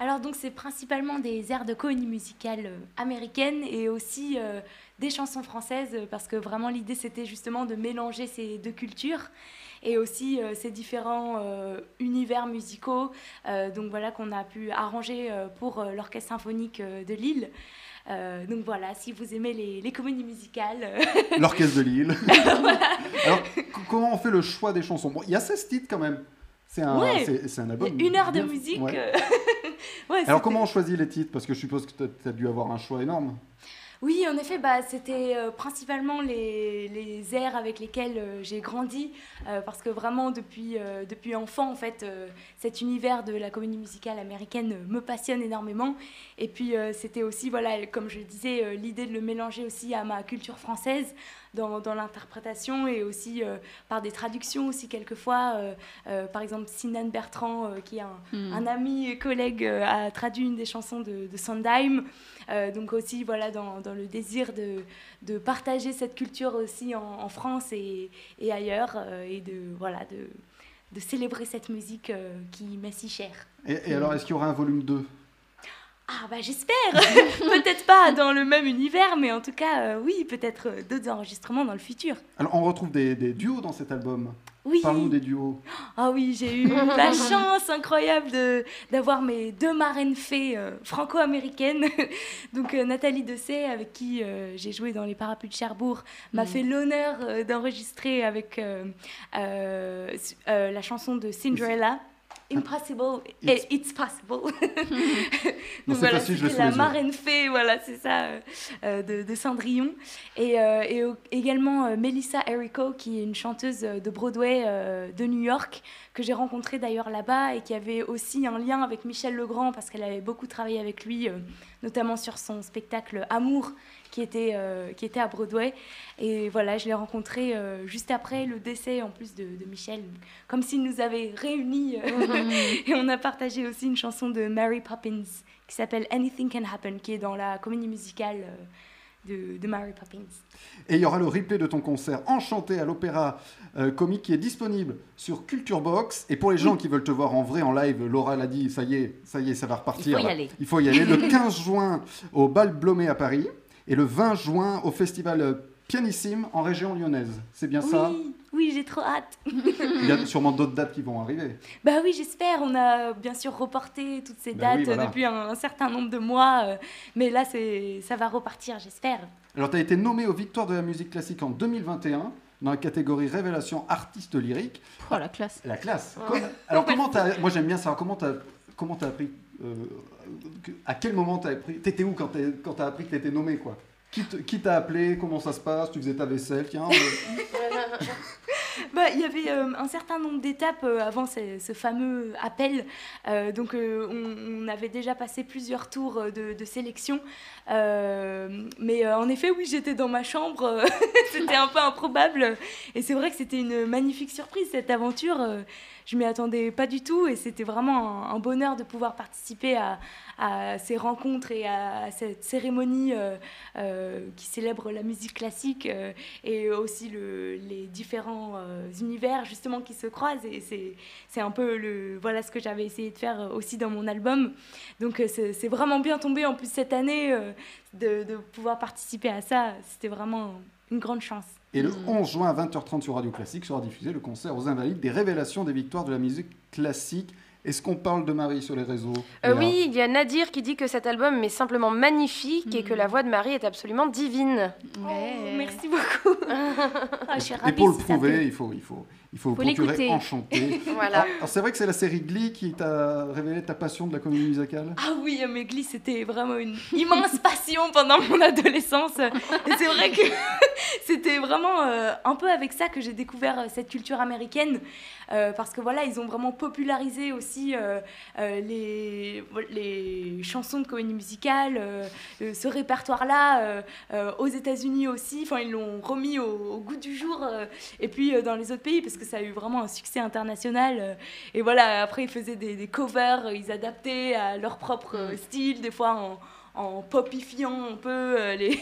S10: Alors donc c'est principalement des airs de comédie musicale euh, américaine et aussi euh, des chansons françaises euh, parce que vraiment l'idée c'était justement de mélanger ces deux cultures et aussi euh, ces différents euh, univers musicaux euh, donc voilà qu'on a pu arranger euh, pour euh, l'orchestre symphonique euh, de Lille. Euh, donc voilà, si vous aimez les, les comédies musicales, euh,
S2: L'Orchestre de Lille. Alors, c- comment on fait le choix des chansons Bon, il y a 16 titres quand même. C'est un,
S10: Ouais.
S2: c'est- c'est un album.
S10: une heure de
S2: bien-
S10: musique.
S2: Ouais.
S10: euh, ouais,
S2: Alors,
S10: c'était-
S2: comment on choisit les titres Parce que je suppose que tu as dû avoir un choix énorme.
S10: Oui, en effet, bah, c'était euh, principalement les, les airs avec lesquels euh, j'ai grandi, euh, parce que vraiment depuis, euh, depuis enfant, en fait, euh, cet univers de la comédie musicale américaine euh, me passionne énormément. Et puis euh, c'était aussi, voilà, comme je le disais, euh, l'idée de le mélanger aussi à ma culture française dans, dans l'interprétation et aussi euh, par des traductions aussi quelquefois. Euh, euh, par exemple, Sinan Bertrand, euh, qui est un,
S5: Hmm.
S10: un ami et collègue, euh, a traduit une des chansons de, de Sondheim. Euh, donc aussi, voilà, dans, dans le désir de, de partager cette culture aussi en, en France et, et ailleurs, euh, et de, voilà, de, de célébrer cette musique euh, qui m'est si chère.
S2: Et, et alors, est-ce qu'il y aura un volume 2
S10: Ah bah j'espère Peut-être pas dans le même univers, mais en tout cas, euh, oui, peut-être euh, d'autres enregistrements dans le futur.
S2: Alors, on retrouve des, des duos dans cet album.
S10: Oui.
S2: Parle-nous des duos.
S10: Ah oui, j'ai eu la chance incroyable de- d'avoir mes deux marraines fées euh, franco-américaines. Donc euh, Nathalie Dessay, avec qui euh, j'ai joué dans Les Parapluies de Cherbourg, m'a
S5: Mm.
S10: fait l'honneur euh, d'enregistrer avec euh, euh, s- euh, la chanson de Cinderella. Impossible, et
S2: It's-
S10: it's possible.
S2: Non,
S10: Donc
S2: c'est
S10: voilà,
S2: facile, je l'ai
S10: c'était
S2: sous les
S10: la
S2: yeux.
S10: marraine fée, voilà, c'est ça, euh, euh, de, de Cendrillon. Et, euh, et au- également euh, Melissa Errico, qui est une chanteuse euh, de Broadway euh, de New York, que j'ai rencontrée d'ailleurs là-bas et qui avait aussi un lien avec Michel Legrand, parce qu'elle avait beaucoup travaillé avec lui, euh, notamment sur son spectacle Amour, qui était, euh, qui était à Broadway. Et voilà, je l'ai rencontrée euh, juste après le décès, en plus de, de Michel, comme s'il nous avait réunis. euh, et on a partagé aussi une chanson de Mary Poppins qui s'appelle Anything Can Happen, qui est dans la comédie musicale euh, de, de Mary Poppins.
S2: Et il y aura le replay de ton concert Enchanté à l'Opéra euh, Comique qui est disponible sur Culture Box. Et pour les gens qui veulent te voir en vrai, en live, Laura l'a dit, ça y est, ça y est, ça va repartir.
S6: Il faut y aller.
S2: Il faut y aller. Le 15 juin au Bal Blomet à Paris et le 20 juin au Festival euh, Pianissime en région lyonnaise. C'est bien ça
S10: Oui, oui, j'ai trop hâte.
S2: Il y a sûrement d'autres dates qui vont arriver.
S10: Bah oui, j'espère. On a euh, bien sûr reporté toutes ces
S2: Bah
S10: dates
S2: oui, voilà.
S10: euh, depuis un, un certain nombre de mois, euh, mais là, c'est, ça va repartir, j'espère.
S2: Alors, tu as été nommé aux Victoires de la musique classique en 2021 dans la catégorie Révélation artiste lyrique.
S5: Oh la classe.
S2: La classe. Com- Alors comment t'as Moi j'aime bien savoir comment t'as comment t'as appris. euh, que- à quel moment t'as appris T'étais où quand t'es- quand t'as appris que t'étais nommé quoi Qui te- qui t'a appelé Comment ça se passe Tu faisais ta vaisselle Tiens. euh,
S10: Bah, il y avait euh, un certain nombre d'étapes euh, avant ce, ce fameux appel. Euh, donc, euh, on, on avait déjà passé plusieurs tours euh, de, de sélection. Euh, mais euh, en effet, oui, j'étais dans ma chambre. c'était un peu improbable. Et c'est vrai que c'était une magnifique surprise, cette aventure. Euh, Je m'y attendais pas du tout. Et c'était vraiment un, un bonheur de pouvoir participer à, à ces rencontres et à cette cérémonie euh, euh, qui célèbre la musique classique. euh, et aussi le- les différents euh, euh, univers justement qui se croisent et c'est c'est un peu le voilà ce que j'avais essayé de faire euh, aussi dans mon album. Donc euh, c'est c'est vraiment bien tombé en plus cette année euh, de, de pouvoir participer à ça. C'était vraiment une grande chance.
S2: Et le 11 juin à 20h30 sur Radio Classique sera diffusé le concert aux Invalides des révélations des victoires de la musique classique. Est-ce qu'on parle de Marie sur les réseaux
S4: Euh,
S2: Léa
S4: oui, il y a Nadir qui dit que cet album est simplement magnifique et que la voix de Marie est absolument divine.
S10: Oh, merci beaucoup.
S2: Et pour le prouver, il faut, il faut, il faut, vous
S4: Faut
S2: procurer
S4: l'écouter.
S2: Enchanté.
S4: Voilà.
S2: Alors, alors c'est vrai que c'est la série Glee qui t'a révélé ta passion de la comédie musicale
S10: Ah oui, mais Glee, c'était vraiment une immense passion pendant mon adolescence. Et c'est vrai que c'était vraiment euh, un peu avec ça que j'ai découvert euh, cette culture américaine. Euh, parce que voilà, ils ont vraiment popularisé aussi euh, euh, les, les chansons de comédie musicale, euh, euh, ce répertoire-là, euh, euh, aux États-Unis aussi. Enfin, ils l'ont remis au, au goût du jour. euh, et puis euh, dans les autres pays, parce que ça a eu vraiment un succès international. euh, et voilà, après, ils faisaient des, des covers, euh, ils adaptaient à leur propre euh, style, des fois en, en popifiant un peu euh, les,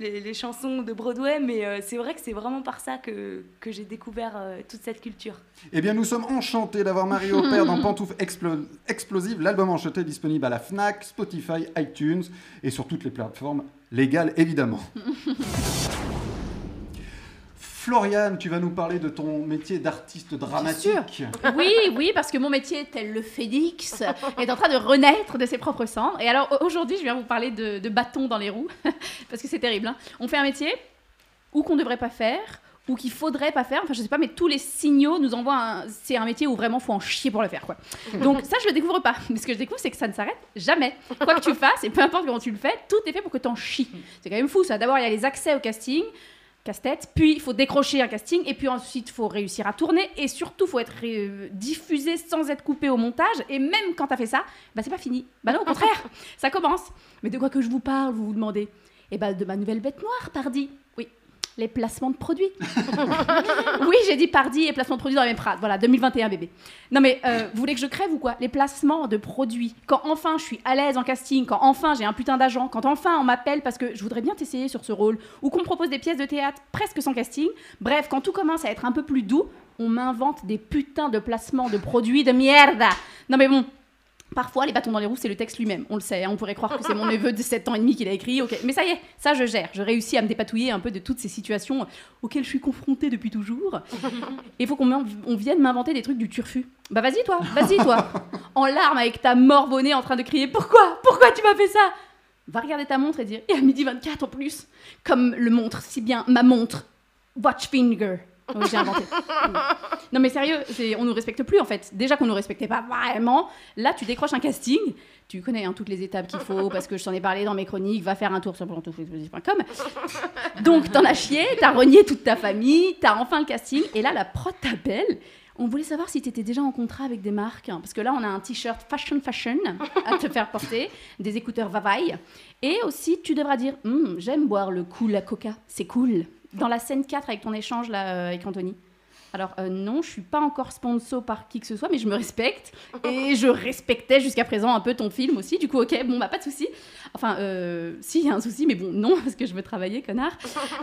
S10: les, les chansons de Broadway. Mais euh, c'est vrai que c'est vraiment par ça que, que j'ai découvert euh, toute cette culture.
S2: Eh bien, nous sommes enchantés d'avoir Marie Aubert dans Pantouf Explo- Explosive. L'album enchanté est disponible à la Fnac, Spotify, iTunes et sur toutes les plateformes légales, évidemment. Floriane, tu vas nous parler de ton métier d'artiste dramatique.
S5: Oui, oui, parce que mon métier, tel le phénix, est en train de renaître de ses propres cendres. Et alors au- aujourd'hui, je viens vous parler de, de bâtons dans les roues, parce que c'est terrible. hein. On fait un métier ou qu'on ne devrait pas faire, ou qu'il faudrait pas faire. Enfin, je sais pas, mais tous les signaux nous envoient. un- C'est un métier où vraiment faut en chier pour le faire, quoi. Donc ça, je le découvre pas. Mais ce que je découvre, c'est que ça ne s'arrête jamais. Quoi que tu fasses, et peu importe comment tu le fais, tout est fait pour que t'en chies. C'est quand même fou, ça. D'abord, il y a les accès au casting casse-tête, puis il faut décrocher un casting, et puis ensuite il faut réussir à tourner, et surtout faut être euh, diffusé sans être coupé au montage, et même quand t'as fait ça, bah c'est pas fini. Bah non, au contraire, ça commence. Mais de quoi que je vous parle, vous vous demandez Eh bah de ma nouvelle bête noire, pardi. Oui, les placements de produits. oui, j'ai dit pardi et placements de produits dans la même phrase. Voilà, 2021 bébé. Non mais euh, vous voulez que je crève ou quoi Les placements de produits. Quand enfin je suis à l'aise en casting, quand enfin j'ai un putain d'agent, quand enfin on m'appelle parce que je voudrais bien t'essayer sur ce rôle, ou qu'on me propose des pièces de théâtre presque sans casting. Bref, quand tout commence à être un peu plus doux, on m'invente des putains de placements de produits de merde. Non mais bon, Parfois, les bâtons dans les roues, c'est le texte lui-même. On le sait, hein, on pourrait croire que c'est mon neveu de 7 ans et demi qui l'a écrit. ok. Mais ça y est, ça je gère. Je réussis à me dépatouiller un peu de toutes ces situations auxquelles je suis confrontée depuis toujours. Et il faut qu'on m'en- on vienne m'inventer des trucs du turfu. Bah vas-y toi, vas-y toi. En larmes avec ta morbonnée en train de crier Pourquoi Pourquoi tu m'as fait ça Va regarder ta montre et dire Et à midi 24 en plus Comme le montre si bien ma montre Watchfinger. Donc j'ai inventé. Non mais sérieux, c'est- on nous respecte plus en fait. Déjà qu'on nous respectait pas vraiment. Là, tu décroches un casting. Tu connais hein, toutes les étapes qu'il faut parce que je t'en ai parlé dans mes chroniques. Va faire un tour sur plantouflexplosive.com. Donc t'en as chié, t'as renié toute ta famille, t'as enfin le casting. Et là, la prod t'appelle. On voulait savoir si t'étais déjà en contrat avec des marques, hein, parce que là on a un t-shirt fashion fashion à te faire porter, des écouteurs Vavaille, et aussi tu devras dire Hum, j'aime boire le cool à Coca, c'est cool. Dans la scène 4 avec ton échange là euh, avec Anthony. Alors euh, non, je suis pas encore sponsor par qui que ce soit, mais je me respecte et je respectais jusqu'à présent un peu ton film aussi. Du coup, ok, bon, bah pas de souci. Enfin, euh, si il y a un souci, mais bon, non parce que je veux travailler, connard.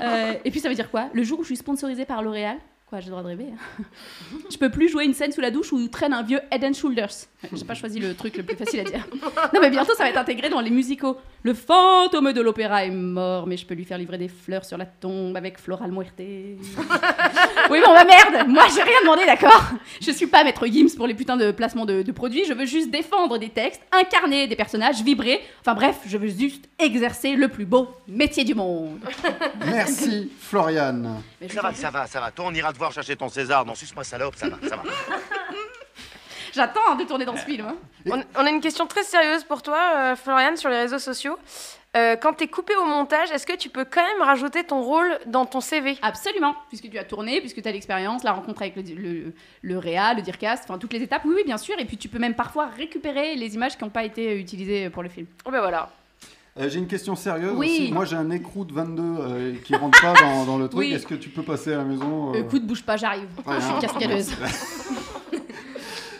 S5: Euh, et puis ça veut dire quoi Le jour où je suis sponsorisée par L'Oréal, quoi, j'ai le droit de rêver. hein. Je peux plus jouer une scène sous la douche où traîne un vieux Head and Shoulders. Ouais, J'ai pas choisi le truc le plus facile à dire. Non mais bientôt ça va être intégré dans les musicaux. Le fantôme de l'opéra est mort, mais je peux lui faire livrer des fleurs sur la tombe avec Floral Muerte. Oui, bon, bah merde Moi, j'ai rien demandé, d'accord Je suis pas maître Gims pour les putains de placements de, de produits, je veux juste défendre des textes, incarner des personnages, vibrer. Enfin bref, je veux juste exercer le plus beau métier du monde.
S2: Merci Floriane.
S12: Ça va, ça va, ça va. Toi, on ira te voir chercher ton César. Non, suce-moi, salope, ça va, ça va.
S5: J'attends hein, de tourner dans ce film. hein.
S4: On, on a une question très sérieuse pour toi, euh, Floriane, sur les réseaux sociaux. Euh, quand t'es coupé au montage, est-ce que tu peux quand même rajouter ton rôle dans ton CV
S5: Absolument, puisque tu as tourné, puisque tu as l'expérience, la rencontre avec le, le, le réa, le dircast, enfin toutes les étapes, oui, oui, bien sûr. Et puis tu peux même parfois récupérer les images qui n'ont pas été euh, utilisées pour le film.
S4: Oh ben voilà.
S2: Euh, j'ai une question sérieuse
S5: Oui.
S2: aussi. Moi, j'ai un écrou de 22 euh, qui rentre pas dans, dans le truc.
S5: Oui.
S2: Est-ce
S10: Oh.
S2: que tu peux passer à la maison euh,
S10: Ah,
S5: Écoute, bouge pas, j'arrive.
S2: Ah,
S5: Je suis
S2: non.
S5: cascadeuse.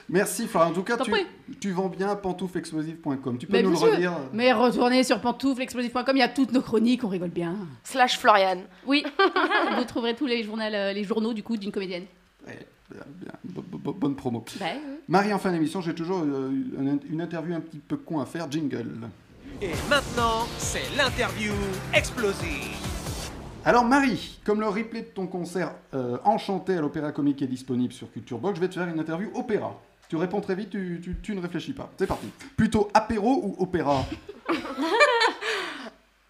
S2: Merci Florian. En tout cas,
S5: T'en
S2: tu,
S5: prie.
S2: tu vends bien pantouflexplosive.com. Tu peux
S5: Mais
S2: nous le
S5: bien sûr.
S2: redire
S5: Mais retournez sur pantouflexplosif.com, il y a toutes nos chroniques, on rigole bien.
S4: Slash Florian.
S5: Oui, vous trouverez tous les, journaux, euh, les journaux du coup d'une comédienne.
S2: Ouais, bien, bien, bo- bo- bo- Bonne promo.
S5: Bah, ouais.
S2: Marie, en fin d'émission, j'ai toujours euh, une une interview un petit peu con à faire. Jingle.
S1: Et maintenant, c'est l'interview explosive.
S2: Alors Marie, comme le replay de ton concert euh, enchanté à l'Opéra Comique est disponible sur Culture Box, je vais te faire une interview opéra. Tu réponds très vite, tu, tu- tu ne réfléchis pas. C'est parti. Plutôt apéro ou opéra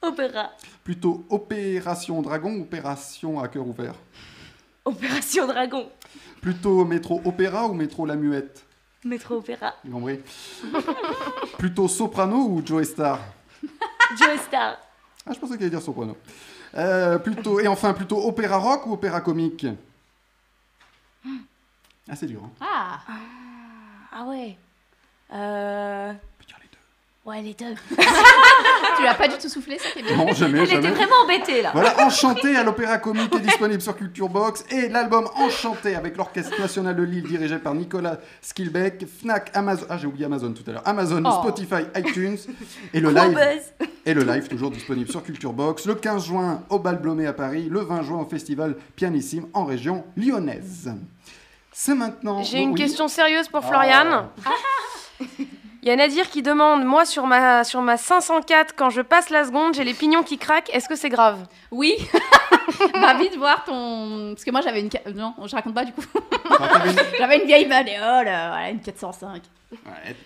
S10: Opéra.
S2: Plutôt opération dragon ou opération à cœur ouvert
S10: Opération Dragon.
S2: Plutôt métro opéra ou métro la muette
S10: Métro Opéra.
S2: Vous comprenez Plutôt soprano ou Joe Star
S10: Joe Star.
S2: Ah, je pensais qu'il allait dire soprano. Euh, plutôt, et enfin, plutôt opéra rock ou opéra comique Ah, c'est dur. hein.
S5: Ah
S10: Ah ouais. Euh... On peut dire les deux. Ouais, les deux.
S5: tu l'as pas du tout soufflé, ça t'est bien.
S2: Non, jamais, Elle était jamais. vraiment
S6: embêtée là.
S2: Voilà, Enchanté à l'Opéra Comique est disponible sur Culture Box et l'album Enchanté avec l'Orchestre National de Lille dirigé par Nicolas Skilbeck, Fnac, Amazon, ah j'ai oublié Amazon tout à l'heure, Amazon,
S10: Oh.
S2: Spotify, iTunes et le
S10: Gros
S2: live.
S10: buzz.
S2: Et le live toujours disponible sur Culture Box le 15 juin au Bal Blomé à Paris, le 20 juin au Festival Pianissime en région lyonnaise. C'est maintenant.
S4: J'ai une
S2: Oh, Oui.
S4: question sérieuse pour
S2: Ah.
S4: Florian. Il y a Nadir qui demande Moi, sur ma, sur ma 504, quand je passe la seconde, j'ai les pignons qui craquent. Est-ce que c'est grave
S5: Oui. bah, vite voir ton. Parce que moi j'avais une. ca- Non, je raconte pas du coup. j'avais une vieille bagnole, euh, voilà, une 405.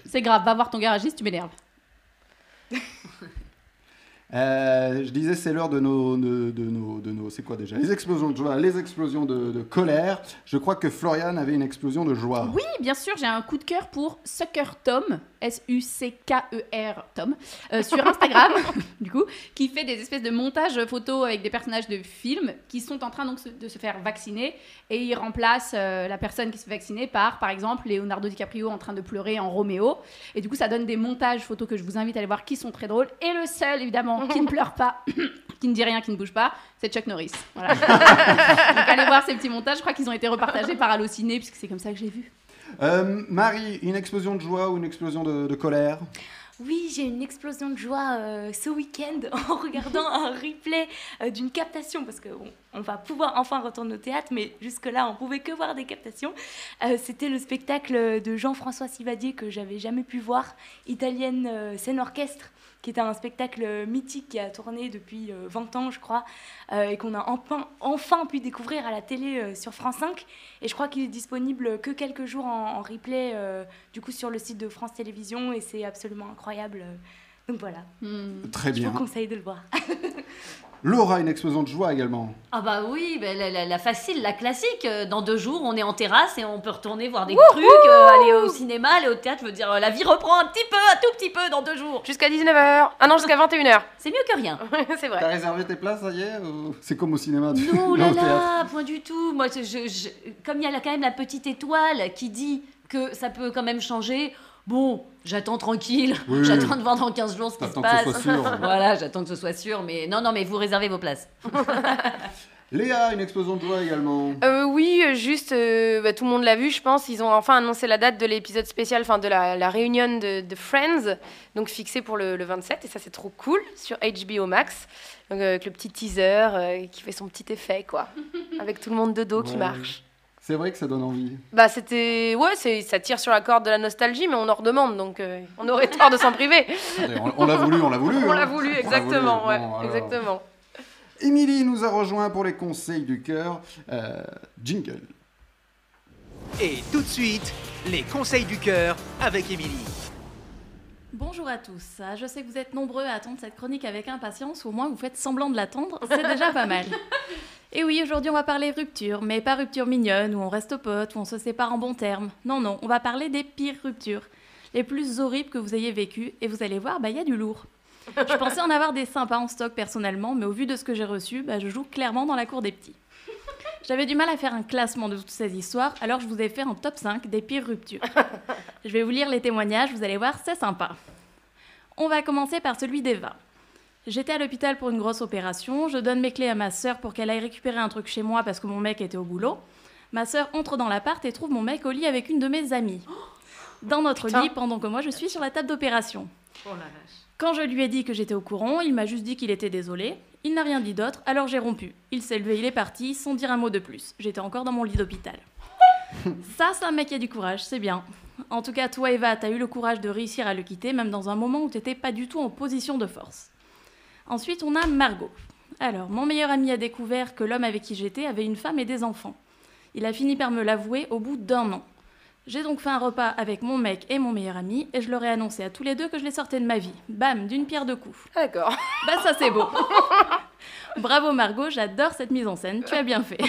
S5: C'est grave, va voir ton garagiste, tu m'énerves.
S2: Euh, je disais, c'est l'heure de nos, de, de nos, de nos- c'est quoi déjà Les explosions de joie, les explosions de, de colère. Je crois que Florian avait une explosion de joie.
S5: Oui, bien sûr, j'ai un coup de cœur pour Sucker Tom, S-U-C-K-E-R E Tom, euh, sur Instagram, du coup, qui fait des espèces de montages photos avec des personnages de films qui sont en train donc se- de se faire vacciner et il remplace euh, la personne qui se fait vacciner par, par exemple, Leonardo DiCaprio en train de pleurer en Roméo. Et du coup, ça donne des montages photos que je vous invite à aller voir qui sont très drôles. Et le seul, évidemment, qui ne pleure pas, qui ne dit rien, qui ne bouge pas, c'est Chuck Norris. Voilà. donc allez voir ces petits montages, je crois qu'ils ont été repartagés par Allociné, puisque c'est comme ça que j'ai vu.
S2: Euh, Marie, une explosion de joie ou une explosion de, de colère
S10: Oui, j'ai une explosion de joie euh, ce week-end en regardant un replay euh, d'une captation, parce qu'on on va pouvoir enfin retourner au théâtre, mais jusque-là, on pouvait que voir des captations. Euh, C'était le spectacle de Jean-François Sivadier que j'avais jamais pu voir, Italienne euh, scène orchestre, qui est un spectacle mythique qui a tourné depuis euh, 20 ans, je crois, euh, et qu'on a enfin, enfin pu découvrir à la télé euh, sur France 5. Et je crois qu'il est disponible que quelques jours en, en replay, euh, du coup, sur le site de France Télévisions, et c'est absolument incroyable. Donc voilà.
S2: Très
S10: Je
S2: bien.
S10: vous conseille de le voir.
S2: Laura, une explosion de joie également.
S6: Ah bah oui, bah la, la- la facile, la classique. euh, Dans deux jours, on est en terrasse et on peut retourner voir des trucs, euh, aller au cinéma, aller au théâtre. Je veux dire, euh, la vie reprend un petit peu, un tout petit peu dans deux jours.
S4: Jusqu'à 19h. Ah non, jusqu'à 21h.
S6: C'est mieux que rien.
S4: c'est
S2: T'as
S4: vrai.
S2: réservé tes places, ça y est ou- C'est comme au cinéma. tu-
S6: Non, là
S2: au théâtre.
S6: là, point du tout. Moi, je- je- je- comme il y a là quand même la petite étoile qui dit que ça peut quand même changer, bon, j'attends tranquille.
S4: Oui.
S6: J'attends de voir dans 15 jours ce qui se
S2: T'attends que ce
S6: passe.
S2: soit sûr.
S6: voilà, j'attends que ce soit sûr. Mais non, non, mais vous réservez vos places.
S2: Léa, une explosion de joie également.
S4: Euh, oui, euh, juste, euh, bah, tout le monde l'a vu, je pense. Ils ont enfin annoncé la date de l'épisode spécial, enfin de la, la réunion de, de Friends, donc fixée pour le, le 27. Et ça, c'est trop cool sur HBO Max. Donc, euh, avec le petit teaser euh, qui fait son petit effet, quoi. Avec tout le monde de dos qui
S2: Ouais.
S4: marche.
S2: C'est vrai que ça donne envie.
S4: Bah c'était ouais, c'est ça tire sur la corde de la nostalgie, mais on en redemande donc euh, on aurait tort de s'en priver.
S2: Attendez, on- on l'a voulu, on l'a voulu,
S4: On
S2: hein.
S4: l'a voulu
S2: On l'a
S4: exactement,
S2: voulu.
S4: ouais,
S2: Bon, alors.
S4: exactement.
S2: Émilie nous a rejoint pour les conseils du cœur. Euh, jingle.
S1: Et tout de suite, les conseils du cœur avec Émilie.
S13: Bonjour à tous. Ah, Je sais que vous êtes nombreux à attendre cette chronique avec impatience, ou au moins vous faites semblant de l'attendre, c'est déjà pas mal. Et oui, aujourd'hui on va parler rupture, mais pas rupture mignonne où on reste potes, où on se sépare en bons termes. Non, non, on va parler des pires ruptures, les plus horribles que vous ayez vécues, et vous allez voir, bah il y a du lourd. Je pensais en avoir des sympas en stock personnellement, mais au vu de ce que j'ai reçu, bah, je joue clairement dans la cour des petits. J'avais du mal à faire un classement de toutes ces histoires, alors je vous ai fait un top 5 des pires ruptures. je vais vous lire les témoignages, vous allez voir, c'est sympa. On va commencer par celui d'Eva. J'étais à l'hôpital pour une grosse opération, je donne mes clés à ma sœur pour qu'elle aille récupérer un truc chez moi parce que mon mec était au boulot. Ma sœur entre dans l'appart et trouve mon mec au lit avec une de mes amies.
S5: dans notre
S10: Putain.
S5: lit pendant que moi je suis sur la table d'opération.
S14: Oh la vache.
S5: Quand je lui ai dit que j'étais au courant, il m'a juste dit qu'il était désolé. Il n'a rien dit d'autre, alors j'ai rompu. Il s'est levé, il est parti, sans dire un mot de plus. J'étais encore dans mon lit d'hôpital. Ça, c'est un mec qui a du courage, c'est bien. En tout cas, toi, Eva, t'as eu le courage de réussir à le quitter, même dans un moment où t'étais pas du tout en position de force. Ensuite, on a Margot. Alors, mon meilleur ami a découvert que l'homme avec qui j'étais avait une femme et des enfants. Il a fini par me l'avouer au bout d'un an. J'ai donc fait un repas avec mon mec et mon meilleur ami, et je leur ai annoncé à tous les deux que je les sortais de ma vie. Bam, d'une pierre deux coups.
S4: Ah, D'accord.
S5: Bah ça c'est beau. Bravo Margot, j'adore cette mise en scène, tu as bien fait.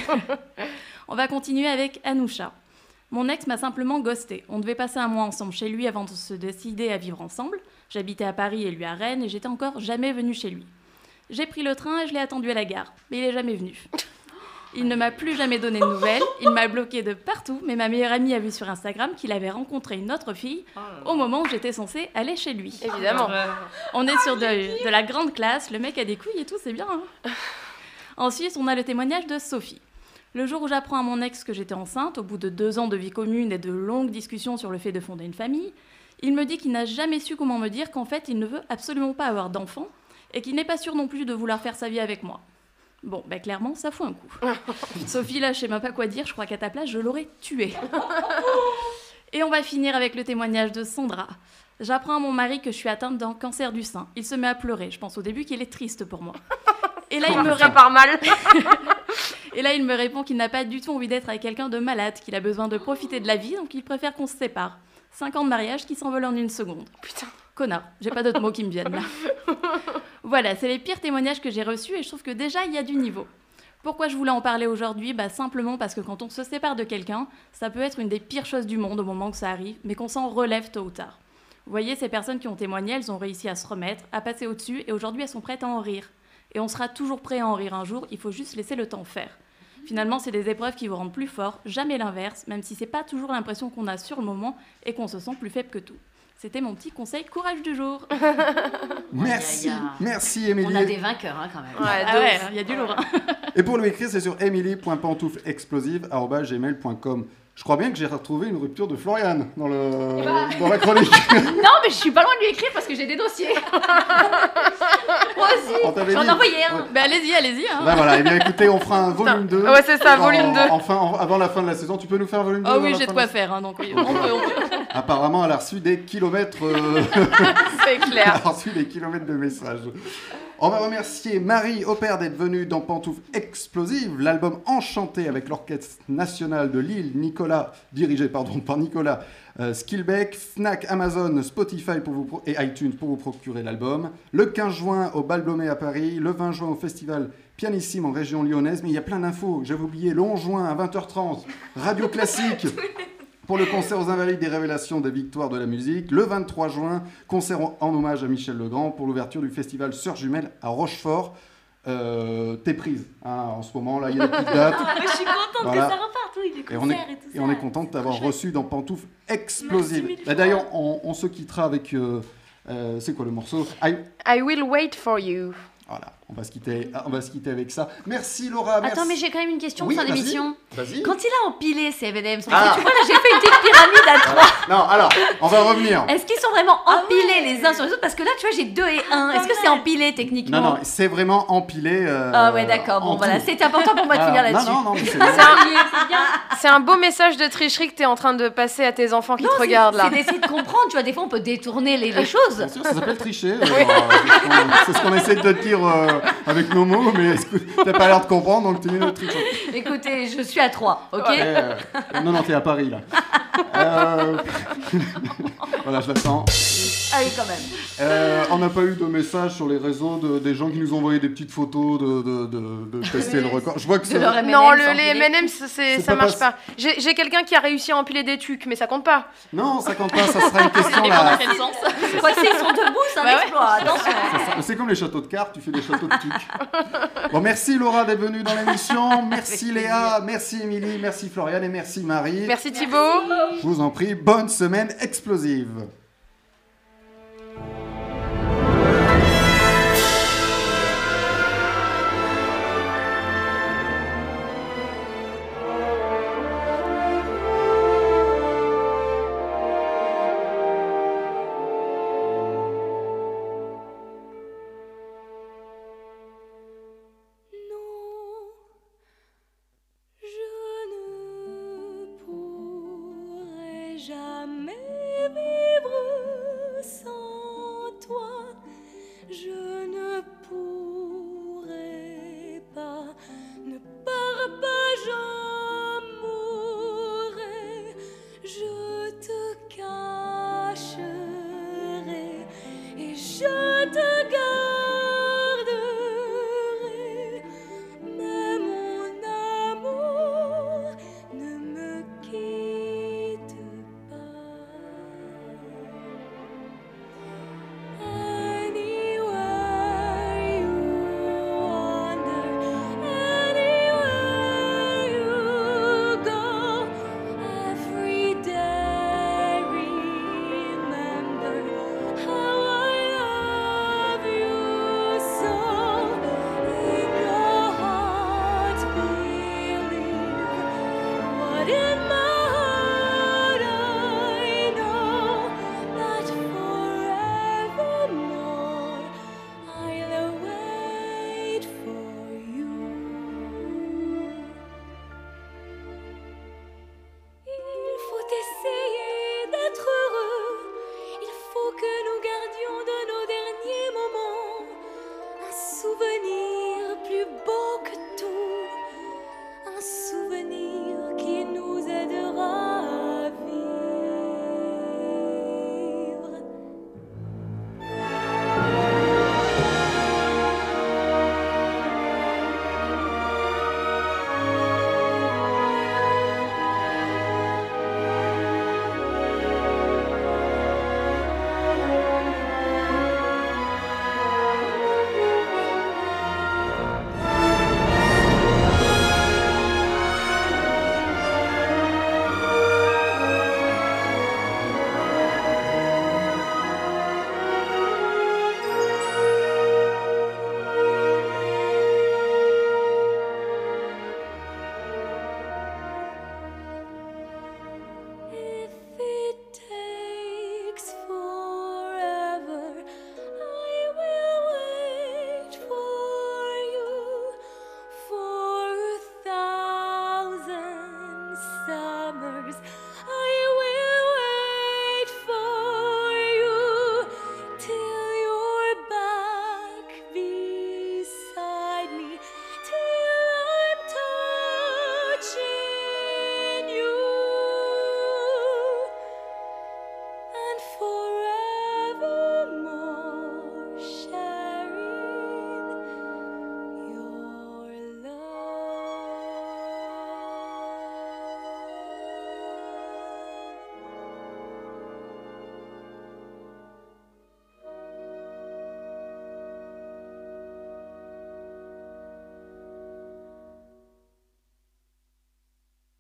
S5: On va continuer avec Anoucha. Mon ex m'a simplement ghosté. On devait passer un mois ensemble chez lui avant de se décider à vivre ensemble. J'habitais à Paris et lui à Rennes et j'étais encore jamais venue chez lui. J'ai pris le train et je l'ai attendu à la gare, mais il est jamais venu. Il ne m'a plus jamais donné de nouvelles, il m'a bloqué de partout, mais ma meilleure amie a vu sur Instagram qu'il avait rencontré une autre fille au moment où j'étais censée aller chez lui.
S4: Évidemment.
S5: On est sur de, de la grande classe, le mec a des couilles et tout, c'est bien. hein. Ensuite, on a le témoignage de Sophie. Le jour où j'apprends à mon ex que j'étais enceinte, au bout de deux ans de vie commune et de longues discussions sur le fait de fonder une famille, il me dit qu'il n'a jamais su comment me dire qu'en fait il ne veut absolument pas avoir d'enfant et qu'il n'est pas sûr non plus de vouloir faire sa vie avec moi. Bon, bah clairement, ça fout un coup. Sophie, là, je sais même pas quoi dire, je crois qu'à ta place, je l'aurais tuée. Et on va finir avec le témoignage de Sandra. J'apprends à mon mari que je suis atteinte d'un cancer du sein. Il se met à pleurer. Je pense au début qu'il est triste pour moi. Et là, il me
S4: Ça
S5: répond.
S4: part mal.
S5: Et là, il me répond qu'il n'a pas du tout envie d'être avec quelqu'un de malade, qu'il a besoin de profiter de la vie, donc il préfère qu'on se sépare. Cinq ans de mariage qui s'envolent en une seconde. Putain. Connard, j'ai pas d'autres mots qui me viennent là. Voilà, c'est les pires témoignages que j'ai reçus et je trouve que déjà il y a du niveau. Pourquoi je voulais en parler aujourd'hui Bah simplement parce que quand on se sépare de quelqu'un, ça peut être une des pires choses du monde au moment que ça arrive, mais qu'on s'en relève tôt ou tard. Vous voyez, ces personnes qui ont témoigné, elles ont réussi à se remettre, à passer au-dessus, et aujourd'hui elles sont prêtes à en rire. Et on sera toujours prêt à en rire un jour, il faut juste laisser le temps faire. Finalement, c'est des épreuves qui vous rendent plus fort, jamais l'inverse, même si c'est pas toujours l'impression qu'on a sur le moment et qu'on se sent plus faible que tout. C'était mon petit conseil courage du jour.
S2: Merci,
S6: Aïe, aïe, aïe.
S2: merci
S6: On a des
S2: Émilie.
S6: vainqueurs hein, quand même.
S5: Ouais, Ah de ouais, ouf. il y a du lourd.
S2: Et pour nous écrire, c'est sur emily.pantouflexplosive.com. Je crois bien que j'ai retrouvé une rupture de Florian dans, le...
S10: Eh bah.
S2: dans la chronique.
S10: Non, mais je suis pas loin de lui écrire parce que j'ai des dossiers. Moi
S2: On t'avait
S10: aussi.
S2: J'en ai dit. envoyé un. Ouais.
S10: Bah, allez-y, allez-y. hein.
S2: Bah voilà, et bien écoutez, on fera un volume 2.
S10: Ouais, c'est ça,
S2: en-
S10: volume 2.
S2: Enfin, en- avant la fin de la saison, tu peux nous faire un volume 2
S10: Oh
S2: avant
S10: oui,
S2: la
S10: j'ai de
S2: fin
S10: quoi
S2: la-
S10: faire, hein, donc oui,
S2: Ok.
S10: on peut, on peut.
S2: Apparemment, elle a reçu des kilomètres. euh,
S10: C'est clair.
S2: Elle a reçu des kilomètres de messages. On va remercier Marie Aubert d'être venue dans Pantoufle Explosive, l'album enchanté avec l'Orchestre National de Lille, Nicolas, dirigé pardon, par Nicolas euh, Skilbeck, Fnac, Amazon, Spotify pour vous pro- et iTunes pour vous procurer l'album. Le 15 juin au Bal Blomé à Paris, le 20 juin au Festival Pianissime en région lyonnaise, mais il y a plein d'infos, j'avais oublié, le 11 juin à 20h30, Radio Classique. Pour le concert aux Invalides des Révélations des Victoires de la Musique, le 23 juin, concert en, en hommage à Michel Legrand pour l'ouverture du festival Sœurs Jumelles à Rochefort. Euh, T'es prise hein, en ce moment, là, il y a des petites dates.
S15: Ah, mais je suis contente
S2: Voilà.
S15: que ça reparte, oui, les
S2: Et on est,
S15: concerts et, tout
S2: et
S15: ça.
S2: on est content de t'avoir reçu dans Pantoufles Explosive.
S4: Merci mille
S2: Bah, D'ailleurs, on, on se quittera avec. euh, euh, C'est quoi le morceau I-
S4: I will wait for you.
S2: Voilà, on va, se quitter, on va se quitter avec ça. Merci Laura. merci.
S6: Attends, mais j'ai quand même une question
S2: Oui,
S6: de fin
S2: vas-y,
S6: d'émission.
S2: vas-y.
S6: Quand il a empilé ces M&M's, parce que
S2: Ah.
S6: tu vois là, j'ai fait une petite pyramide à trois.
S2: Non, alors, on va revenir.
S6: Est-ce qu'ils sont vraiment empilés les uns sur les autres Parce que là, tu vois, j'ai deux et un. Est-ce que c'est empilé techniquement
S2: Non, non, c'est vraiment empilé. euh,
S6: Ah ouais, d'accord. Bon,
S2: en
S6: voilà,
S2: tout.
S6: c'est important pour moi de
S2: Voilà.
S6: finir là-dessus.
S2: Non, non, non, mais c'est
S4: C'est un... c'est un beau message de tricherie que t'es en train de passer à tes enfants qui te
S6: c'est-
S4: regardent là.
S6: C'est d'essayer de comprendre, tu vois, des fois on peut détourner les, les choses. Bien
S2: sûr, ça s'appelle tricher. euh, C'est ce qu'on essaie de te dire euh, avec nos mots, mais est-ce que t'as pas l'air de comprendre, donc t'es une autre triche.
S6: Écoutez, je suis à 3, ok
S2: Ouais, euh, non, non, t'es à Paris, là. Euh, voilà, je l'attends.
S6: Ah oui, quand même.
S2: Euh, on n'a pas eu de message sur les réseaux de, des gens qui nous ont envoyé des petites photos de, de, de, de tester le record. Je vois que ça...
S4: Non, le, les M&M's, c'est-
S2: C'est
S4: ça
S2: pas
S4: marche
S2: pass-
S4: pas. J'ai j'ai quelqu'un qui a réussi à empiler des tucs, mais ça compte pas.
S2: Non, ça compte pas, ça sera une question là.
S6: Voici, ils sont debout, c'est un
S4: Bah ouais.
S6: exploit. Attention.
S2: Ça- C'est comme les châteaux de cartes, tu fais des châteaux de tuques. Bon, merci Laura d'être venue dans l'émission. Merci Léa, merci Émilie, merci Floriane et merci Marie.
S4: Merci Thibaut.
S2: Je vous en prie, bonne semaine explosive.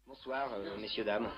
S16: Bonsoir, messieurs, dames.